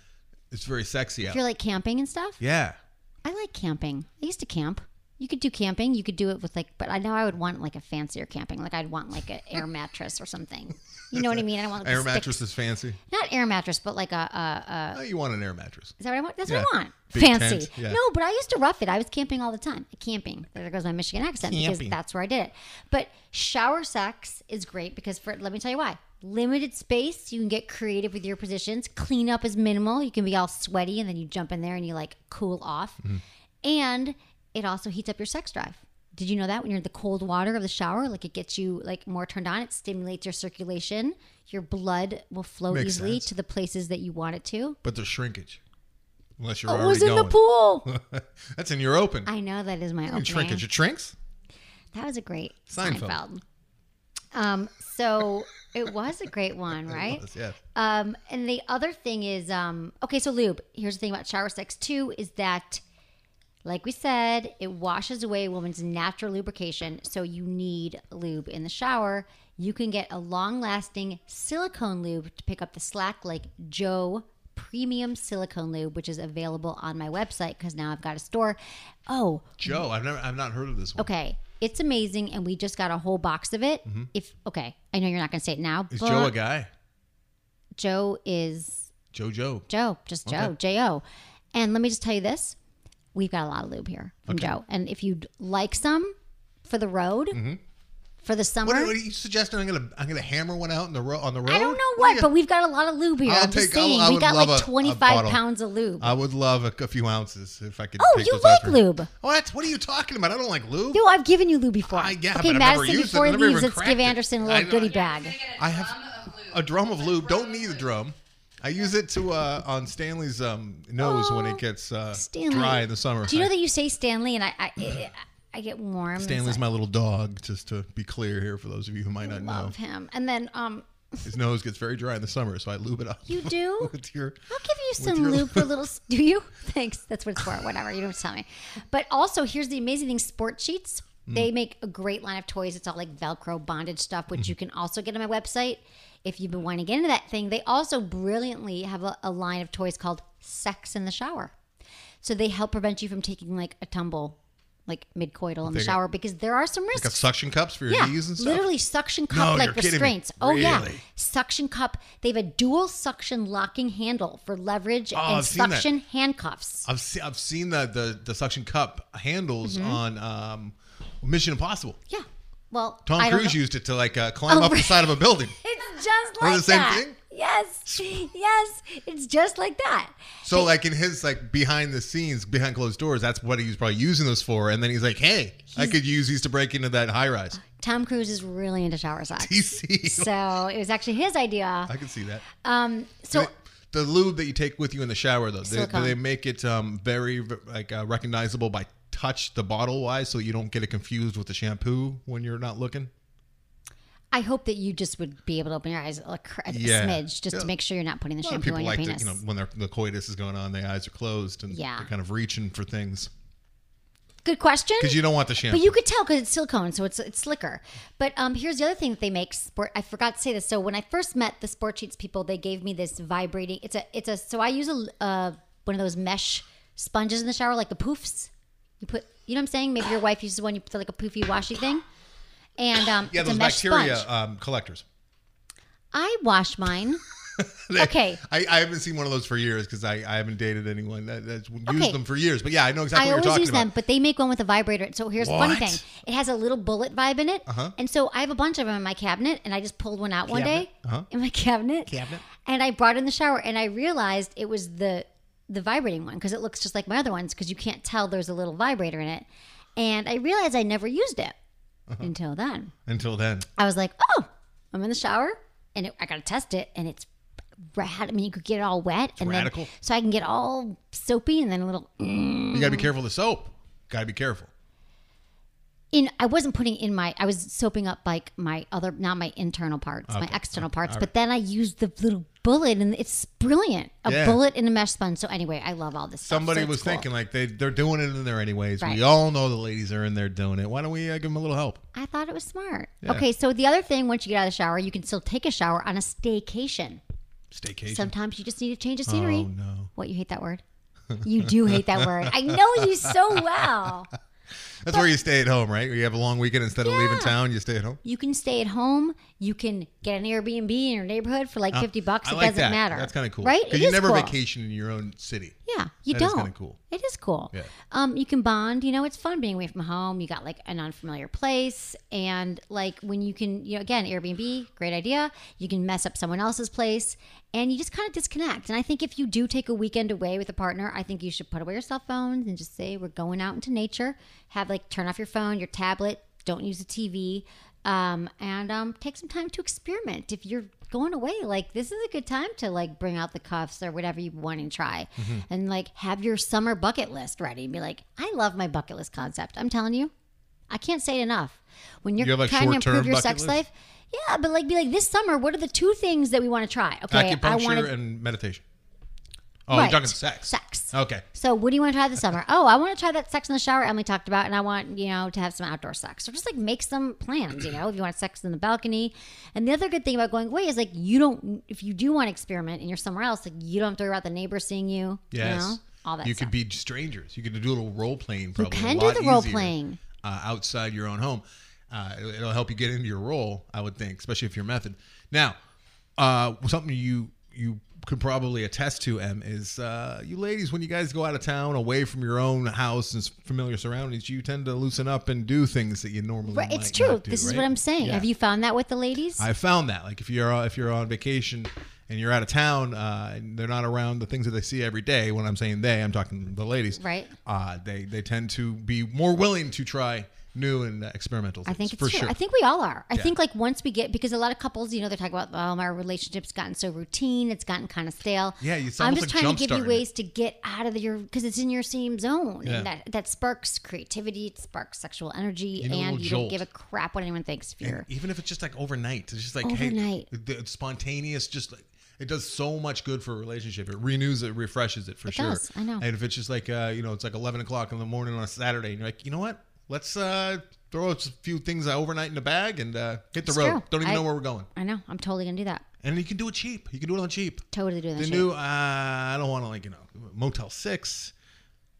[SPEAKER 3] it's very sexy out.
[SPEAKER 1] If you're like camping and stuff,
[SPEAKER 3] yeah.
[SPEAKER 1] I like camping. I used to camp. You could do camping. You could do it with like, but I know I would want like a fancier camping. Like I'd want like an
[SPEAKER 3] *laughs*
[SPEAKER 1] air mattress or something. You know what I mean? I don't want like
[SPEAKER 3] Air
[SPEAKER 1] the sticks.
[SPEAKER 3] mattress is fancy.
[SPEAKER 1] Not air mattress, but like a, a, a
[SPEAKER 3] Oh, you want an air mattress.
[SPEAKER 1] Is that what I want? That's what I
[SPEAKER 3] Yeah.
[SPEAKER 1] want.
[SPEAKER 3] Big
[SPEAKER 1] Fancy.
[SPEAKER 3] tent, yeah.
[SPEAKER 1] No, but I used to rough it. I was camping all the time. Camping. There goes my Michigan accent
[SPEAKER 3] Camping.
[SPEAKER 1] because that's where I did it. But shower sex is great because for let me tell you why. Limited space, you can get creative with your positions. Clean up is minimal. You can be all sweaty and then you jump in there and you like cool off.
[SPEAKER 3] Mm-hmm.
[SPEAKER 1] And it also heats up your sex drive. Did you know that when you're in the cold water of the shower, like it gets you like more turned on, it stimulates your circulation. Your blood will flow
[SPEAKER 3] Makes
[SPEAKER 1] easily
[SPEAKER 3] sense.
[SPEAKER 1] to the places that you want it to.
[SPEAKER 3] But there's shrinkage. Unless you're
[SPEAKER 1] Oh, it
[SPEAKER 3] already
[SPEAKER 1] was in
[SPEAKER 3] going.
[SPEAKER 1] the pool.
[SPEAKER 3] *laughs* That's in your open.
[SPEAKER 1] I know that is my
[SPEAKER 3] you
[SPEAKER 1] opening.
[SPEAKER 3] can shrinkage your trinks.
[SPEAKER 1] That was a great
[SPEAKER 3] Seinfeld.
[SPEAKER 1] Seinfeld. Um, so it was a great one,
[SPEAKER 3] *laughs*
[SPEAKER 1] right?
[SPEAKER 3] Yes, yes.
[SPEAKER 1] Um, and the other thing is, um, okay, so lube. Here's the thing about shower sex too: is that, like we said, it washes away a woman's natural lubrication. So you need lube in the shower. You can get a long-lasting silicone lube to pick up the slack, like Joe Premium Silicone Lube, which is available on my website because now I've got a store. Oh,
[SPEAKER 3] Joe, I've never, I've not heard of this one.
[SPEAKER 1] Okay. It's amazing, and we just got a whole box of it. If okay, I know you're not going to say it now.
[SPEAKER 3] Mm-hmm. Is
[SPEAKER 1] but
[SPEAKER 3] Joe a guy?
[SPEAKER 1] Joe is
[SPEAKER 3] Joe Joe.
[SPEAKER 1] Joe, just Joe,
[SPEAKER 3] Okay.
[SPEAKER 1] J O. And let me just tell you this: we've got a lot of lube here from Joe, and if you'd like some for the road, for the summer,
[SPEAKER 3] Mm-hmm. What are, what are you suggesting? I'm gonna I'm gonna hammer one out in the ro- on the road.
[SPEAKER 1] I don't know
[SPEAKER 3] What are
[SPEAKER 1] what,
[SPEAKER 3] you-
[SPEAKER 1] but we've got a lot of lube here. i
[SPEAKER 3] I'll
[SPEAKER 1] am just
[SPEAKER 3] take- I'll-
[SPEAKER 1] saying,
[SPEAKER 3] I
[SPEAKER 1] we
[SPEAKER 3] would
[SPEAKER 1] got
[SPEAKER 3] love a-
[SPEAKER 1] like
[SPEAKER 3] a
[SPEAKER 1] 25
[SPEAKER 3] bottle.
[SPEAKER 1] pounds of lube.
[SPEAKER 3] I would love a, a few ounces if I could.
[SPEAKER 1] Oh,
[SPEAKER 3] take
[SPEAKER 1] you
[SPEAKER 3] those
[SPEAKER 1] like
[SPEAKER 3] out for-
[SPEAKER 1] lube.
[SPEAKER 3] What? What are you talking about? I don't like lube.
[SPEAKER 1] Yo, I've given you lube before.
[SPEAKER 3] I-
[SPEAKER 1] okay,
[SPEAKER 3] yeah, but I've never
[SPEAKER 1] Madison,
[SPEAKER 3] used it.
[SPEAKER 1] before he
[SPEAKER 3] I've never
[SPEAKER 1] leaves,
[SPEAKER 3] even
[SPEAKER 1] let's
[SPEAKER 3] cracked
[SPEAKER 1] give
[SPEAKER 3] it.
[SPEAKER 1] Anderson a
[SPEAKER 3] I
[SPEAKER 1] little
[SPEAKER 3] know.
[SPEAKER 1] goodie bag.
[SPEAKER 3] I have a drum of lube. Don't need a drum. I use it to uh, on Stanley's um, nose when it gets uh,
[SPEAKER 1] Stanley.
[SPEAKER 3] dry in the summer.
[SPEAKER 1] Do you know
[SPEAKER 3] I-
[SPEAKER 1] that you say Stanley, and I, I, I, I get warm.
[SPEAKER 3] Stanley's my little dog? Just to be clear here, for those of you who might not know,
[SPEAKER 1] love him. And then um,
[SPEAKER 3] his nose gets very dry in the summer, so I lube it up. *laughs*
[SPEAKER 1] you do.
[SPEAKER 3] with your
[SPEAKER 1] I'll give you some
[SPEAKER 3] your-
[SPEAKER 1] lube for little. Do you? *laughs* Thanks. That's what it's for. Whatever. You don't have to tell me. But also, here's the amazing thing: sport sheets. They make a great line of toys. It's all like Velcro bondage stuff, which you can also get on my website if you've been wanting to get into that thing. They also brilliantly have a, a line of toys called Sex in the Shower. So they help prevent you from taking like a tumble, like mid-coital in the
[SPEAKER 3] Take a-
[SPEAKER 1] shower, because there are some risks.
[SPEAKER 3] like a suction cups for your
[SPEAKER 1] Yeah,
[SPEAKER 3] knees and stuff.
[SPEAKER 1] literally suction cup
[SPEAKER 3] No, you're
[SPEAKER 1] like
[SPEAKER 3] kidding me.
[SPEAKER 1] restraints. Oh yeah,
[SPEAKER 3] Really?
[SPEAKER 1] suction cup. They have a dual suction locking handle for leverage and
[SPEAKER 3] Oh, I've seen that.
[SPEAKER 1] suction handcuffs.
[SPEAKER 3] I've se- I've seen the the, the suction cup handles
[SPEAKER 1] Mm-hmm.
[SPEAKER 3] on um, Mission Impossible.
[SPEAKER 1] Yeah. Well,
[SPEAKER 3] Tom
[SPEAKER 1] I don't
[SPEAKER 3] Cruise
[SPEAKER 1] know.
[SPEAKER 3] used it to like uh, climb
[SPEAKER 1] Oh,
[SPEAKER 3] up the
[SPEAKER 1] right.
[SPEAKER 3] side of a building.
[SPEAKER 1] It's just
[SPEAKER 3] Or
[SPEAKER 1] like
[SPEAKER 3] the same
[SPEAKER 1] that.
[SPEAKER 3] thing? *laughs*
[SPEAKER 1] Yes, yes. It's just like that.
[SPEAKER 3] So like in his like behind the scenes, behind closed doors, that's what he was probably using those for. And then he's like, hey, I could use these to break into that
[SPEAKER 1] *laughs*
[SPEAKER 3] high rise.
[SPEAKER 1] Tom Cruise is really into shower sex. *laughs*
[SPEAKER 3] DC.
[SPEAKER 1] so it was actually his idea.
[SPEAKER 3] I can see that.
[SPEAKER 1] Um, so
[SPEAKER 3] the lube that you take with you in the shower though, they,
[SPEAKER 1] Silicone.
[SPEAKER 3] they make it um, very like uh, recognizable by touch the bottle wise, so you don't get it confused with the shampoo when you're not looking.
[SPEAKER 1] I hope that you just would be able to open your eyes a, cr- a
[SPEAKER 3] Yeah.
[SPEAKER 1] smidge just
[SPEAKER 3] Yeah.
[SPEAKER 1] to make sure you're not putting the
[SPEAKER 3] A lot of
[SPEAKER 1] shampoo
[SPEAKER 3] people
[SPEAKER 1] on your
[SPEAKER 3] like to,
[SPEAKER 1] penis.
[SPEAKER 3] you know, when their the coitus is going on, their eyes are closed and
[SPEAKER 1] Yeah.
[SPEAKER 3] they're kind of reaching for things
[SPEAKER 1] Good question.
[SPEAKER 3] because you don't want the shampoo.
[SPEAKER 1] But you could tell because it's silicone, so it's it's slicker. But um, here's the other thing that they make sport. I forgot to say this. So when I first met the sport sheets people, they gave me this vibrating. It's a it's a. So I use a uh, one of those mesh sponges in the shower, like the poofs. You put, you know what I'm saying? Maybe your wife uses one. You put like a poofy washy thing, and um,
[SPEAKER 3] Yeah,
[SPEAKER 1] it's
[SPEAKER 3] those
[SPEAKER 1] a mesh
[SPEAKER 3] bacteria
[SPEAKER 1] sponge.
[SPEAKER 3] um, collectors. *laughs*
[SPEAKER 1] I wash mine. okay,
[SPEAKER 3] I, I haven't seen one of those for years because I, I haven't dated anyone that, that's used
[SPEAKER 1] Okay.
[SPEAKER 3] them for years. But yeah, I know exactly
[SPEAKER 1] I
[SPEAKER 3] what
[SPEAKER 1] always
[SPEAKER 3] you're talking
[SPEAKER 1] use
[SPEAKER 3] about.
[SPEAKER 1] them, but they make one with a vibrator. So here's the funny
[SPEAKER 3] What? Uh-huh.
[SPEAKER 1] thing: it has a little bullet vibe in it, and so I have a bunch of them in my cabinet, and I just pulled one out one day in my cabinet,
[SPEAKER 3] Uh-huh. Cabinet.
[SPEAKER 1] and I brought it in the shower, and I realized it was the the vibrating one because it looks just like my other ones because you can't tell there's a little vibrator in it, and I realized I never used it
[SPEAKER 3] Uh-huh.
[SPEAKER 1] until then.
[SPEAKER 3] Until then,
[SPEAKER 1] I was like, oh, I'm in the shower and it, I got to test it. And it's rad. I mean, you could get it all wet. and
[SPEAKER 3] radical.
[SPEAKER 1] Then, so I can get all soapy and then a little.
[SPEAKER 3] you gotta be
[SPEAKER 1] Mm.
[SPEAKER 3] careful of the soap. Gotta be careful.
[SPEAKER 1] In, I wasn't putting in my, I was soaping up like my other, not my internal parts, my external parts. But then I used the little bullet and it's brilliant. A
[SPEAKER 3] Yeah.
[SPEAKER 1] bullet in a mesh sponge. So anyway, I love all this stuff.
[SPEAKER 3] Somebody
[SPEAKER 1] So it's
[SPEAKER 3] was
[SPEAKER 1] cool.
[SPEAKER 3] thinking like they they're doing it in there anyways.
[SPEAKER 1] Right.
[SPEAKER 3] We all know the ladies are in there doing it. Why don't we uh, give them a little help?
[SPEAKER 1] I thought it was smart. Okay. So the other thing, once you get out of the shower, you can still take a shower on a staycation.
[SPEAKER 3] Staycation.
[SPEAKER 1] Sometimes you just need a change of scenery.
[SPEAKER 3] oh no,
[SPEAKER 1] What you hate that word? You do hate that word. I know you so well.
[SPEAKER 3] that's where you stay at home, right? You have a long weekend instead of leaving town, you stay at home.
[SPEAKER 1] You can stay at home. You can get an Airbnb in your neighborhood for like fifty bucks.
[SPEAKER 3] Uh, I
[SPEAKER 1] it
[SPEAKER 3] like
[SPEAKER 1] doesn't
[SPEAKER 3] that.
[SPEAKER 1] matter.
[SPEAKER 3] That's kind of cool,
[SPEAKER 1] right? It
[SPEAKER 3] Because you
[SPEAKER 1] is
[SPEAKER 3] never
[SPEAKER 1] cool.
[SPEAKER 3] vacation in your own city.
[SPEAKER 1] Yeah, you
[SPEAKER 3] That is
[SPEAKER 1] don't.
[SPEAKER 3] kinda cool.
[SPEAKER 1] It is cool.
[SPEAKER 3] Yeah.
[SPEAKER 1] Um, you can bond. You know, it's fun being away from home. You got like an unfamiliar place, and like when you can, you know, again, Airbnb, great idea. You can mess up someone else's place, and you just kind of disconnect. And I think if you do take a weekend away with a partner, I think you should put away your cell phones and just say we're going out into nature. Have like turn off your phone, your tablet. Don't use the TV. Um, and um, take some time to experiment. If you're going away like this is a good time to like bring out the cuffs or whatever you want and try
[SPEAKER 3] Mm-hmm.
[SPEAKER 1] and like have your summer bucket list ready and be like i love my bucket list concept i'm telling you i can't say it enough when you're
[SPEAKER 3] You have, like,
[SPEAKER 1] trying to
[SPEAKER 3] short-term
[SPEAKER 1] improve your
[SPEAKER 3] bucket
[SPEAKER 1] sex
[SPEAKER 3] list?
[SPEAKER 1] life yeah but like be like this summer what are the two things that we want to try okay i
[SPEAKER 3] Acupuncture
[SPEAKER 1] want
[SPEAKER 3] and meditation. Oh,
[SPEAKER 1] Right.
[SPEAKER 3] you're talking sex.
[SPEAKER 1] Sex.
[SPEAKER 3] Okay.
[SPEAKER 1] so what do you want to try this summer oh i want to try that sex in the shower emily talked about and i want you know to have some outdoor sex so just like make some plans you know if you want sex in the balcony and the other good thing about going away is like you don't if you do want to experiment and you're somewhere else like you don't have to worry about the neighbor seeing you you
[SPEAKER 3] Yes.
[SPEAKER 1] know all that
[SPEAKER 3] You
[SPEAKER 1] stuff.
[SPEAKER 3] could be strangers. You could do a little role playing. Probably
[SPEAKER 1] can
[SPEAKER 3] a
[SPEAKER 1] do
[SPEAKER 3] lot
[SPEAKER 1] the role
[SPEAKER 3] easier,
[SPEAKER 1] playing.
[SPEAKER 3] uh, outside your own home. Uh, it'll, it'll help you get into your role, I would think, especially if your method. Now, uh, something you you could probably attest to, Em, is uh, you ladies when you guys go out of town, away from your own house and s- familiar surroundings, you tend to loosen up and do things that you normally.
[SPEAKER 1] Right, it's
[SPEAKER 3] might
[SPEAKER 1] true.
[SPEAKER 3] not do,
[SPEAKER 1] This is
[SPEAKER 3] right?
[SPEAKER 1] what I'm saying.
[SPEAKER 3] Yeah.
[SPEAKER 1] Have you found that with the ladies?
[SPEAKER 3] I found that like if you're uh, if you're on vacation and you're out of town uh, and they're not around the things that they see every day. When I'm saying they, I'm talking the ladies.
[SPEAKER 1] Right.
[SPEAKER 3] Uh, they they tend to be more willing to try new and experimental.
[SPEAKER 1] I
[SPEAKER 3] Things,
[SPEAKER 1] think it's
[SPEAKER 3] for
[SPEAKER 1] true.
[SPEAKER 3] sure.
[SPEAKER 1] I think we all are. I think like once we get because a lot of couples, you know, they're talking about oh my relationship's gotten so routine, it's gotten kind of stale.
[SPEAKER 3] Yeah, it's
[SPEAKER 1] I'm
[SPEAKER 3] almost
[SPEAKER 1] just
[SPEAKER 3] like
[SPEAKER 1] trying to give you
[SPEAKER 3] jump-starting
[SPEAKER 1] ways to get out of your because it's in your same zone,
[SPEAKER 3] Yeah.
[SPEAKER 1] and that that sparks creativity, it sparks sexual energy,
[SPEAKER 3] You need a
[SPEAKER 1] and
[SPEAKER 3] little
[SPEAKER 1] you don't
[SPEAKER 3] jolt.
[SPEAKER 1] give a crap what anyone thinks. If
[SPEAKER 3] *laughs* And
[SPEAKER 1] you're
[SPEAKER 3] E-, even if it's just like overnight, it's just like
[SPEAKER 1] Overnight.
[SPEAKER 3] hey, the, it's spontaneous. Just like it does so much good for a relationship. It renews it, refreshes it for sure.
[SPEAKER 1] does, I know.
[SPEAKER 3] And if it's just like uh, you know, it's like eleven o'clock in the morning on a Saturday, and you're like, you know what? Let's uh, throw a few things uh, overnight in the bag and uh, hit the
[SPEAKER 1] It's
[SPEAKER 3] road.
[SPEAKER 1] true.
[SPEAKER 3] Don't even
[SPEAKER 1] I-
[SPEAKER 3] know where we're going.
[SPEAKER 1] I know I'm totally gonna do that.
[SPEAKER 3] And you can do it cheap. You can do it on cheap.
[SPEAKER 1] Totally doing that.
[SPEAKER 3] The
[SPEAKER 1] shit.
[SPEAKER 3] new, uh, I don't want to like you know, Motel Six.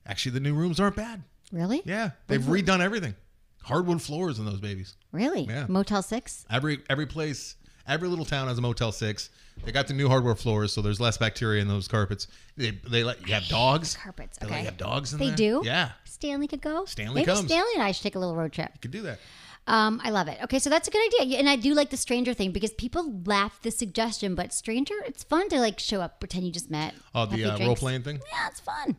[SPEAKER 3] Actually, the new rooms aren't bad.
[SPEAKER 1] really,
[SPEAKER 3] Yeah, they've redone everything. Hardwood floors in those babies.
[SPEAKER 1] really,
[SPEAKER 3] Yeah.
[SPEAKER 1] Motel Six.
[SPEAKER 3] Every every place, every little town has a Motel Six. They got the new hardwood floors, so there's less bacteria in those carpets. They they let you have dogs.
[SPEAKER 1] carpets,
[SPEAKER 3] They let
[SPEAKER 1] okay.
[SPEAKER 3] you have dogs in
[SPEAKER 1] They
[SPEAKER 3] there.
[SPEAKER 1] do.
[SPEAKER 3] Yeah,
[SPEAKER 1] Stanley could go.
[SPEAKER 3] Stanley
[SPEAKER 1] Maybe
[SPEAKER 3] comes.
[SPEAKER 1] Stanley and I should take a little road trip.
[SPEAKER 3] could do that.
[SPEAKER 1] Um, I love it. Okay, so that's a good idea, Yeah, and I do like the stranger thing because people laugh at the suggestion, but stranger, it's fun to like show up, pretend you just met.
[SPEAKER 3] Oh,
[SPEAKER 1] have a few
[SPEAKER 3] the uh,
[SPEAKER 1] drinks.
[SPEAKER 3] role playing thing.
[SPEAKER 1] Yeah, it's fun.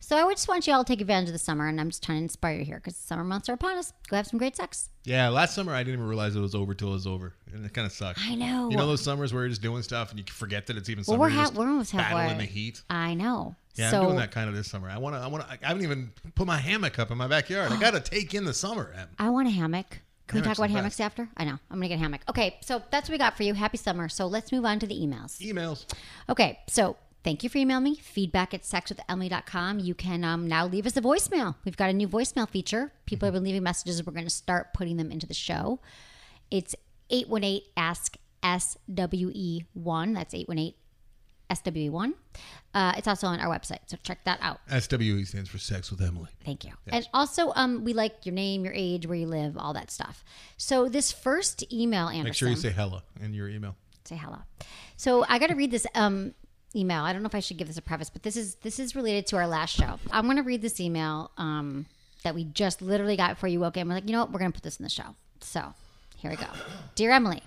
[SPEAKER 1] So I would just want you all to take advantage of the summer, and I'm just trying to inspire you here because summer months are upon us. Go have some great sex.
[SPEAKER 3] Yeah, last summer I didn't even realize it was over till it was over, and it kind of sucked.
[SPEAKER 1] I know.
[SPEAKER 3] You know those summers where you're just doing stuff and you forget that it's even
[SPEAKER 1] Well,
[SPEAKER 3] summer.
[SPEAKER 1] we're
[SPEAKER 3] You're
[SPEAKER 1] ha-
[SPEAKER 3] just
[SPEAKER 1] we're almost halfway.
[SPEAKER 3] battling the heat.
[SPEAKER 1] I know.
[SPEAKER 3] Yeah,
[SPEAKER 1] so
[SPEAKER 3] I'm doing that kind of this summer. I want to. I want to. I haven't even put my hammock up in my
[SPEAKER 1] *gasps*
[SPEAKER 3] backyard. I got to take in the summer. Em.
[SPEAKER 1] I want a hammock. Can
[SPEAKER 3] Hammocks
[SPEAKER 1] we talk
[SPEAKER 3] are
[SPEAKER 1] about
[SPEAKER 3] best.
[SPEAKER 1] hammocks after? I know. I'm gonna get a hammock. Okay, so that's what we got for you. Happy summer. So let's move on to the emails.
[SPEAKER 3] Emails.
[SPEAKER 1] Okay, so thank you for emailing me. Feedback at sexwithemily.com. You can um, now leave us a voicemail. We've got a new voicemail feature. People have been leaving messages. We're going to start putting them into the show. E It's 818 Ask SWE1. That's 818 SWE1. E Uh, it's also on our website, so check that out.
[SPEAKER 3] SWE E stands for Sex with Emily.
[SPEAKER 1] Thank you. And also, um, we like your name, your age, where you live, all that stuff. So this first email, Anderson.
[SPEAKER 3] Make sure you say hella in your email.
[SPEAKER 1] say hello. So I got to read this um, email. I don't know if I should give this a preface, but this is this is related to our last show. I'm going to read this email um, that we just literally got before you woke in. We're like, you know what? We're going to put this in the show. So here we go. Dear Emily,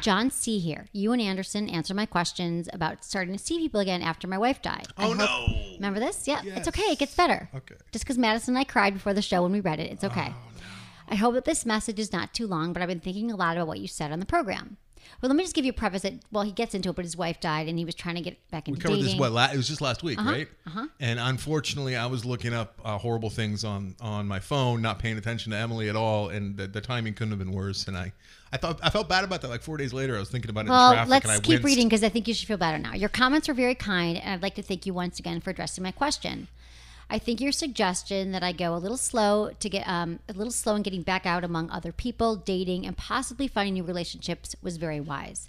[SPEAKER 1] John C here. You and Anderson answer my questions about starting to see people again after my wife died. I
[SPEAKER 3] Oh,
[SPEAKER 1] hope-
[SPEAKER 3] no.
[SPEAKER 1] Remember this? Yeah,
[SPEAKER 3] Yes.
[SPEAKER 1] it's okay. It gets better.
[SPEAKER 3] Okay. Oh,
[SPEAKER 1] Just because Madison and I cried before the show when we read it, it's okay. I hope that this message is not too long, but I've been thinking a lot about what you said on the program. Well, let me just give you a preface that, well, he gets into it, but his wife died and he was trying to get back into
[SPEAKER 3] We covered
[SPEAKER 1] dating.
[SPEAKER 3] this what la- it was just last week, right? Uh-huh. And unfortunately, I was looking up uh, horrible things on on my phone, not paying attention to Emily at all, and the, the timing couldn't have been worse. And I, I thought I felt bad about that. Like four days later, I was thinking about it in
[SPEAKER 1] Well,
[SPEAKER 3] traffic,
[SPEAKER 1] let's
[SPEAKER 3] and I
[SPEAKER 1] keep
[SPEAKER 3] winced.
[SPEAKER 1] reading because I think you should feel better now. Your comments were very kind, and I'd like to thank you once again for addressing my question. I think your suggestion that I go a little slow to get um, a little slow in getting back out among other people, dating, and possibly finding new relationships was very wise.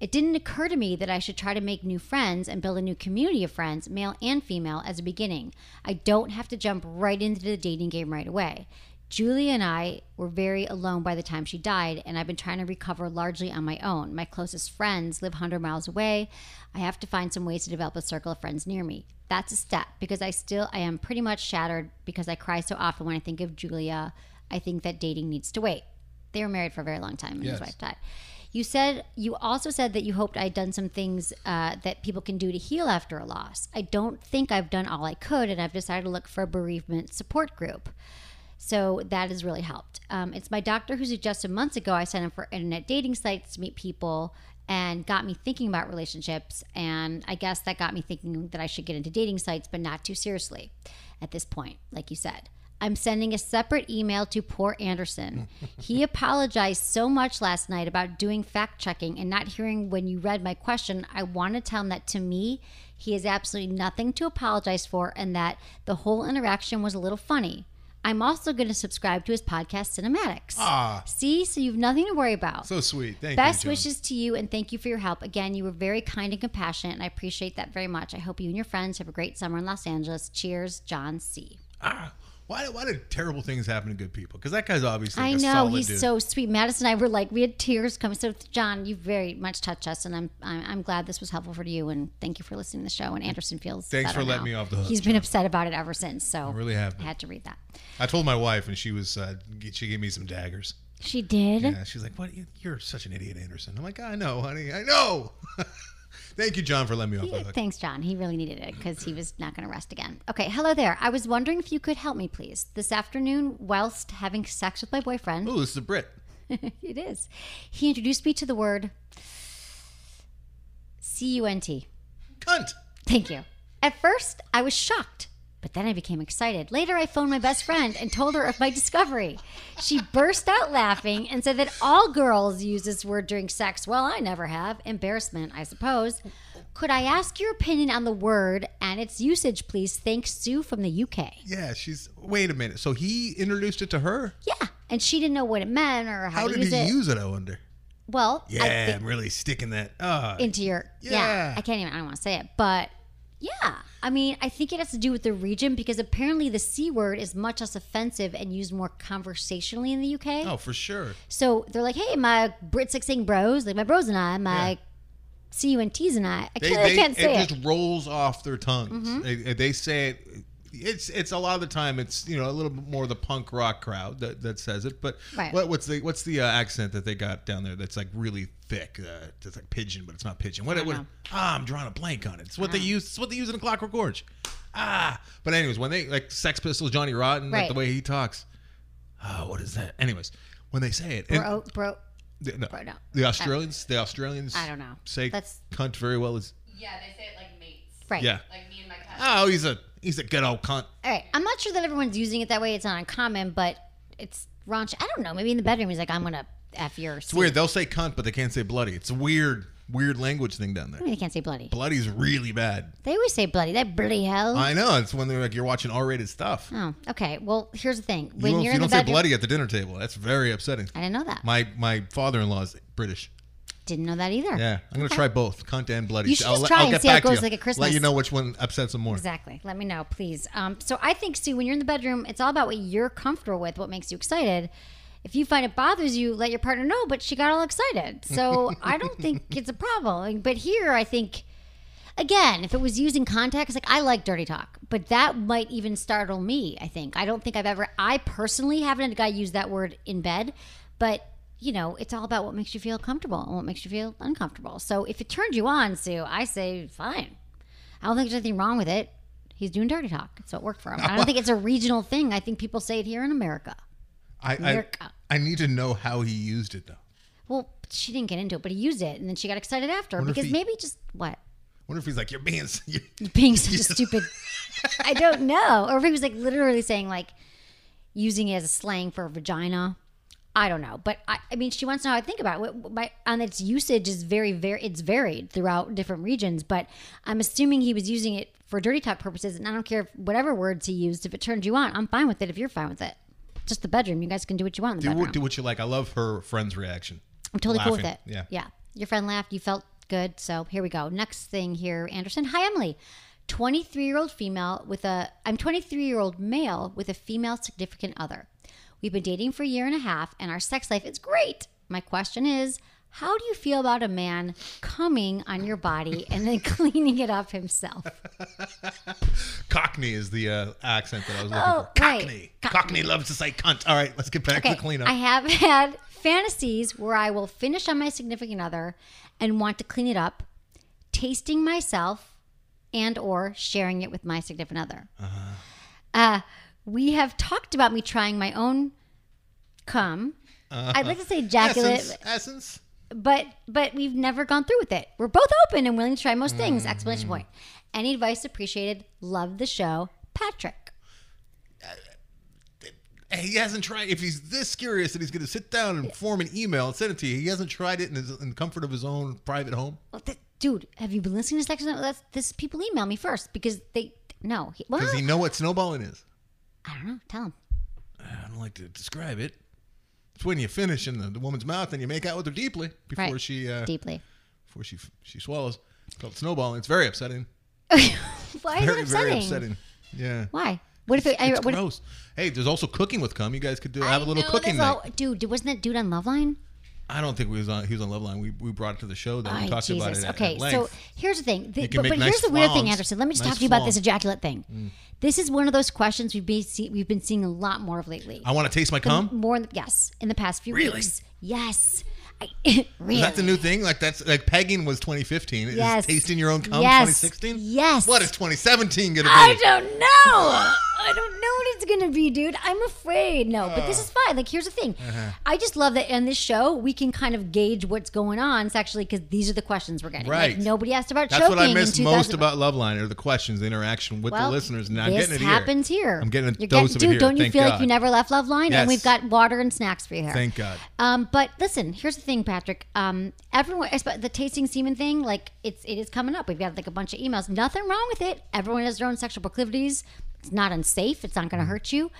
[SPEAKER 1] It didn't occur to me that I should try to make new friends and build a new community of friends, male and female, as a beginning. I don't have to jump right into the dating game right away. Julie and I were very alone by the time she died, and I've been trying to recover largely on my own. My closest friends live 100 miles away. I have to find some ways to develop a circle of friends near me. That's a step because I still I am pretty much shattered because I cry so often when I think of Julia. I think that dating needs to wait. They were married for a very long time, and his
[SPEAKER 3] Yes.
[SPEAKER 1] wife died. You said you also said that you hoped I'd done some things uh, that people can do to heal after a loss. I don't think I've done all I could, and I've decided to look for a bereavement support group. So that has really helped. Um, it's my doctor who suggested months ago I sign up for internet dating sites to meet people and got me thinking about relationships. And I guess that got me thinking that I should get into dating sites, but not too seriously at this point, like you said. I'm sending a separate email to poor Anderson. He apologized so much last night about doing fact checking and not hearing when you read my question. I want to tell him that to me, he has absolutely nothing to apologize for and that the whole interaction was a little funny. I'm also going to subscribe to his podcast, Cinematics.
[SPEAKER 3] Ah,
[SPEAKER 1] See, so you've nothing to worry about.
[SPEAKER 3] so sweet. Thank
[SPEAKER 1] Best
[SPEAKER 3] you. John.
[SPEAKER 1] wishes to you and thank you for your help. Again, you were very kind and compassionate, and I appreciate that very much. I hope you and your friends have a great summer in Los Angeles. Cheers, John C.
[SPEAKER 3] Ah, why, why do terrible things happen to good people? Because that guy's obviously.
[SPEAKER 1] I
[SPEAKER 3] like, a
[SPEAKER 1] know
[SPEAKER 3] solid
[SPEAKER 1] he's
[SPEAKER 3] dude.
[SPEAKER 1] so sweet. Madison and I were like, we had tears coming. So, John, you very much touched us, and I'm I'm, I'm glad this was helpful for you, and thank you for listening to the show. And Anderson feels
[SPEAKER 3] Thanks
[SPEAKER 1] better
[SPEAKER 3] for letting
[SPEAKER 1] now.
[SPEAKER 3] me off the hook,
[SPEAKER 1] He's been upset about it ever since. So I
[SPEAKER 3] really have
[SPEAKER 1] I
[SPEAKER 3] been.
[SPEAKER 1] had to read that.
[SPEAKER 3] I told my wife, and she was uh, g- she gave me some daggers.
[SPEAKER 1] She did.
[SPEAKER 3] Yeah, she's like, "What? You- You're such an idiot, Anderson." I'm like, "I know, honey. I know." *laughs* Thank you, John, for letting me off the hook.
[SPEAKER 1] Thanks, John. He really needed it because he was not going to rest again. Okay, hello there. I was wondering if you could help me, please. This afternoon, whilst having sex with my boyfriend,
[SPEAKER 3] Oh, this is a Brit.
[SPEAKER 1] *laughs* it is, he introduced me to the word C U N T.
[SPEAKER 3] Cunt.
[SPEAKER 1] Thank you. At first, I was shocked, but then I became excited. Later, I phoned my best friend and told her of my discovery. She burst out laughing and said that all girls use this word during sex. Well, I never have. Embarrassment, I suppose. Could I ask your opinion on the word and its usage, please? Thanks, Sue from the UK.
[SPEAKER 3] Yeah, she's. Wait a minute. So he introduced it to her.
[SPEAKER 1] Yeah. And she didn't know what it meant or how,
[SPEAKER 3] How
[SPEAKER 1] to
[SPEAKER 3] did
[SPEAKER 1] use
[SPEAKER 3] he
[SPEAKER 1] it.
[SPEAKER 3] use it? I wonder.
[SPEAKER 1] well, I
[SPEAKER 3] Yeah,
[SPEAKER 1] think
[SPEAKER 3] I'm really sticking that. Uh,
[SPEAKER 1] into your yeah.
[SPEAKER 3] Yeah.
[SPEAKER 1] I can't even. I don't want to say it, but yeah. I mean, I think it has to do with the region because apparently the c word is much less offensive and used more conversationally in the UK.
[SPEAKER 3] oh, for sure.
[SPEAKER 1] So they're like, hey, my Brit sexing bros, like my bros and I, my C U N T's and I. I
[SPEAKER 3] They,
[SPEAKER 1] can't, I
[SPEAKER 3] they-
[SPEAKER 1] can't say it. Mm-hmm.
[SPEAKER 3] it just rolls off their tongues. They, they say it. It's it's a lot of the time it's you know a little bit more the punk rock crowd that, that says it. But
[SPEAKER 1] Right.
[SPEAKER 3] what, what's the what's the uh, accent that they got down there that's like really thick? Uh, it's like pigeon, but it's not pigeon. What, what ah, I'm drawing a blank on it. It's what they use. It's what they use in Clockwork Orange. Ah, but anyways, when they like Sex Pistols, Johnny Rotten, like
[SPEAKER 1] Right.
[SPEAKER 3] the way he talks. Ah, what is that? Anyways, when they say it, and-
[SPEAKER 1] bro, bro.
[SPEAKER 3] the, no.
[SPEAKER 1] Bro, no.
[SPEAKER 3] the Australians, the Australians,
[SPEAKER 1] I don't know.
[SPEAKER 3] Say
[SPEAKER 1] That's-
[SPEAKER 3] cunt very well as
[SPEAKER 4] Yeah, they say it like mates.
[SPEAKER 1] Right.
[SPEAKER 3] yeah.
[SPEAKER 4] Like me and my cousin.
[SPEAKER 3] Oh, he's a he's a good old cunt.
[SPEAKER 1] All right. I'm not sure that everyone's using it that way. It's not uncommon, but it's raunch. I don't know. Maybe in the bedroom, he's like, I'm going to F your.
[SPEAKER 3] It's weird. They'll say cunt, but they can't say bloody. It's a weird weird language thing down there.
[SPEAKER 1] They can't say bloody.
[SPEAKER 3] Bloody's really bad.
[SPEAKER 1] They always say bloody. That bloody hell.
[SPEAKER 3] I know. It's when they're like you're watching R-rated stuff.
[SPEAKER 1] oh, okay. Well, here's the thing.
[SPEAKER 3] You
[SPEAKER 1] When
[SPEAKER 3] don't,
[SPEAKER 1] you're
[SPEAKER 3] you
[SPEAKER 1] in
[SPEAKER 3] don't
[SPEAKER 1] the
[SPEAKER 3] say
[SPEAKER 1] bedroom,
[SPEAKER 3] bloody at the dinner table. That's very upsetting.
[SPEAKER 1] I didn't know that.
[SPEAKER 3] My my father-in-law is British.
[SPEAKER 1] Didn't know that either.
[SPEAKER 3] Yeah, I'm gonna try both, cunt and bloody.
[SPEAKER 1] You should
[SPEAKER 3] I'll
[SPEAKER 1] just
[SPEAKER 3] let-
[SPEAKER 1] try
[SPEAKER 3] I'll
[SPEAKER 1] and
[SPEAKER 3] get
[SPEAKER 1] see how it
[SPEAKER 3] back to
[SPEAKER 1] goes,
[SPEAKER 3] you.
[SPEAKER 1] like, at Christmas.
[SPEAKER 3] Let you know which one upsets them more.
[SPEAKER 1] Exactly. Let me know, please. Um, so I think, Sue, when you're in the bedroom, it's all about what you're comfortable with, what makes you excited. If you find it bothers you, let your partner know. But she got all excited, so I don't think it's a problem. But here, I think, again, if it was using context, like I like dirty talk, but that might even startle me. I think I don't think I've ever, I personally haven't had a guy use that word in bed, but. You know, it's all about what makes you feel comfortable and what makes you feel uncomfortable. So if it turned you on, Sue, I say fine. I don't think there's anything wrong with it. He's doing dirty talk, so it worked for him. I don't think it's a regional thing. I think people say it here in America.
[SPEAKER 3] I, I
[SPEAKER 1] America.
[SPEAKER 3] I need to know how he used it though.
[SPEAKER 1] Well, she didn't get into it, but he used it, and then she got excited after
[SPEAKER 3] Wonder if
[SPEAKER 1] because
[SPEAKER 3] he-
[SPEAKER 1] maybe just what
[SPEAKER 3] wonder if he's like you're being. s- *laughs* you
[SPEAKER 1] being such a stupid. I don't know, or if he was like literally saying like using it as a slang for vagina. I don't know, but I, I mean, she wants to know how I think about it. What- what My, and its usage is very, very, it's varied throughout different regions. But I'm assuming he was using it for dirty talk purposes, and I don't care if whatever words he used. If it turned you on, I'm fine with it. If you're fine with it, just the bedroom. You guys can do what you want in the
[SPEAKER 3] do,
[SPEAKER 1] bedroom.
[SPEAKER 3] what, do what you like. I love her friend's reaction.
[SPEAKER 1] I'm totally cool with it.
[SPEAKER 3] laughing. Yeah.
[SPEAKER 1] yeah. Your friend laughed. You felt good. So here we go. Next thing here, Anderson. Hi, Emily. 23 year old female with a, I'm 23 year old male with a female significant other. We've been dating for a year and a half and our sex life is great. My question is, how do you feel about a man coming on your body and then *laughs* cleaning it up himself?
[SPEAKER 3] Cockney is the uh, accent that I was looking
[SPEAKER 1] Oh,
[SPEAKER 3] for.
[SPEAKER 1] right.
[SPEAKER 3] Cockney. Cockney. loves to say cunt. All right, let's get back to the cleanup.
[SPEAKER 1] I have *laughs* had fantasies where I will finish on my significant other and want to clean it up, tasting myself and or sharing it with my significant other. uh
[SPEAKER 3] Uh-huh.
[SPEAKER 1] we have talked about me trying my own cum. I'd like to say ejaculate,
[SPEAKER 3] Uh-huh. essence. Essence.
[SPEAKER 1] but but we've never gone through with it. We're both open and willing to try most things.
[SPEAKER 3] Mm-hmm.
[SPEAKER 1] Explanation point. Any advice appreciated? Love the show, Patrick.
[SPEAKER 3] Hey, He hasn't tried. If he's this curious that he's going to sit down and form an email and send it to you, he hasn't tried it in, his, in the comfort of his own private home.
[SPEAKER 1] Well, th- dude, have you been listening to Sex? and the- That's this. People email me first because they no. He, well,
[SPEAKER 3] Does he know what snowballing is?
[SPEAKER 1] I don't know. Tell him.
[SPEAKER 3] I don't like to describe it. It's when you finish in the, the woman's mouth and you make out with her deeply before
[SPEAKER 1] Right.
[SPEAKER 3] she uh, *laughs*
[SPEAKER 1] Deeply.
[SPEAKER 3] before she she swallows. It's called snowballing. It's very upsetting.
[SPEAKER 1] Why is
[SPEAKER 3] Very
[SPEAKER 1] it upsetting?
[SPEAKER 3] very upsetting. Yeah.
[SPEAKER 1] Why? What if it, I,
[SPEAKER 3] It's
[SPEAKER 1] what if,
[SPEAKER 3] gross. hey, there's also cooking with cum. You guys could do have a
[SPEAKER 1] I
[SPEAKER 3] little
[SPEAKER 1] know
[SPEAKER 3] cooking
[SPEAKER 1] there's
[SPEAKER 3] night.
[SPEAKER 1] all- dude, wasn't that dude on Loveline?
[SPEAKER 3] I don't think we was on. He was on Love Line. We, we brought it to the show. That we
[SPEAKER 1] Ay,
[SPEAKER 3] talked about it. At,
[SPEAKER 1] okay,
[SPEAKER 3] at
[SPEAKER 1] so
[SPEAKER 3] length.
[SPEAKER 1] here's the thing. The-
[SPEAKER 3] You can
[SPEAKER 1] but
[SPEAKER 3] make
[SPEAKER 1] but
[SPEAKER 3] nice
[SPEAKER 1] here's the weird thing,
[SPEAKER 3] flongs.
[SPEAKER 1] Anderson. Let me just
[SPEAKER 3] Nice Mm.
[SPEAKER 1] talk to you about this
[SPEAKER 3] flong.
[SPEAKER 1] ejaculate thing. This is one of those questions we've been see, we've been seeing a lot more of lately.
[SPEAKER 3] I want to taste my cum.
[SPEAKER 1] More in the, yes, in the past few
[SPEAKER 3] Uh-huh. Really?
[SPEAKER 1] weeks. Yes. I, *laughs* really.
[SPEAKER 3] Is that the new thing? Like that's like pegging was 2015.
[SPEAKER 1] Yes.
[SPEAKER 3] Is tasting your own cum
[SPEAKER 1] Yes.
[SPEAKER 3] 2016?
[SPEAKER 1] Yes.
[SPEAKER 3] What is 2017 gonna be?
[SPEAKER 1] I don't know.
[SPEAKER 3] *gasps*
[SPEAKER 1] I don't know what it's gonna be, dude. I'm afraid. No, but
[SPEAKER 3] Oh.
[SPEAKER 1] this is fine. Like, here's the thing.
[SPEAKER 3] Uh-huh.
[SPEAKER 1] I just love that on this show we can kind of gauge what's going on sexually because these are the questions we're getting. Like,
[SPEAKER 3] Right.
[SPEAKER 1] nobody asked about
[SPEAKER 3] That's
[SPEAKER 1] choking.
[SPEAKER 3] what I
[SPEAKER 1] in
[SPEAKER 3] miss
[SPEAKER 1] 2000
[SPEAKER 3] most about Love Line are the questions, the interaction with
[SPEAKER 1] Well,
[SPEAKER 3] the listeners. And I'm
[SPEAKER 1] this
[SPEAKER 3] getting it
[SPEAKER 1] happens here.
[SPEAKER 3] I'm getting a
[SPEAKER 1] You're
[SPEAKER 3] dose of it
[SPEAKER 1] dude,
[SPEAKER 3] here.
[SPEAKER 1] Don't you
[SPEAKER 3] Thank
[SPEAKER 1] feel like
[SPEAKER 3] God.
[SPEAKER 1] you never left Love Line? And
[SPEAKER 3] Yes.
[SPEAKER 1] we've got water and snacks for you here.
[SPEAKER 3] Thank God.
[SPEAKER 1] Um, but listen, here's the thing, Patrick. Um, everyone, I sp- the tasting semen thing, like it's it is coming up. We've got like a bunch of emails. Nothing wrong with it. Everyone has their own sexual proclivities. It's not unsafe. It's not going
[SPEAKER 3] Mm-hmm.
[SPEAKER 1] to hurt you.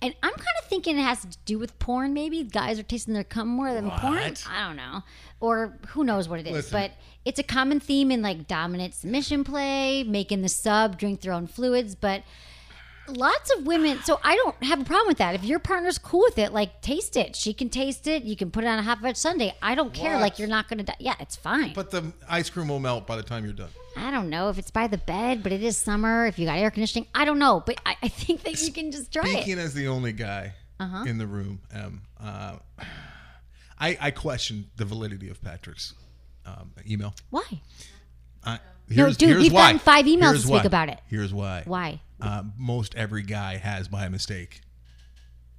[SPEAKER 1] And I'm kind of thinking it has to do with porn. Maybe guys are tasting their cum more than porn.
[SPEAKER 3] What?
[SPEAKER 1] I don't know, or who knows what it is.
[SPEAKER 3] Listen.
[SPEAKER 1] But it's a common theme in like dominant submission play, making the sub drink their own fluids. But lots of women so i don't have a problem with that if your partner's cool with it like taste it she can taste it you can put it on a hot fudge sunday i don't care
[SPEAKER 3] What?
[SPEAKER 1] like you're not gonna die yeah it's fine
[SPEAKER 3] But the ice cream will melt by the time you're done.
[SPEAKER 1] i don't know if it's by the bed but it is summer if you got air conditioning i don't know but i, I think that you can just try it
[SPEAKER 3] Speaking as the only guy
[SPEAKER 1] Uh-huh.
[SPEAKER 3] in the room, um, uh, I I question the validity of Patrick's um, email.
[SPEAKER 1] why
[SPEAKER 3] Uh, here's,
[SPEAKER 1] dude,
[SPEAKER 3] here's
[SPEAKER 1] we've
[SPEAKER 3] why.
[SPEAKER 1] gotten five emails
[SPEAKER 3] Here's
[SPEAKER 1] this
[SPEAKER 3] why.
[SPEAKER 1] week about it.
[SPEAKER 3] Here's why.
[SPEAKER 1] why
[SPEAKER 3] Uh, most every guy has by mistake.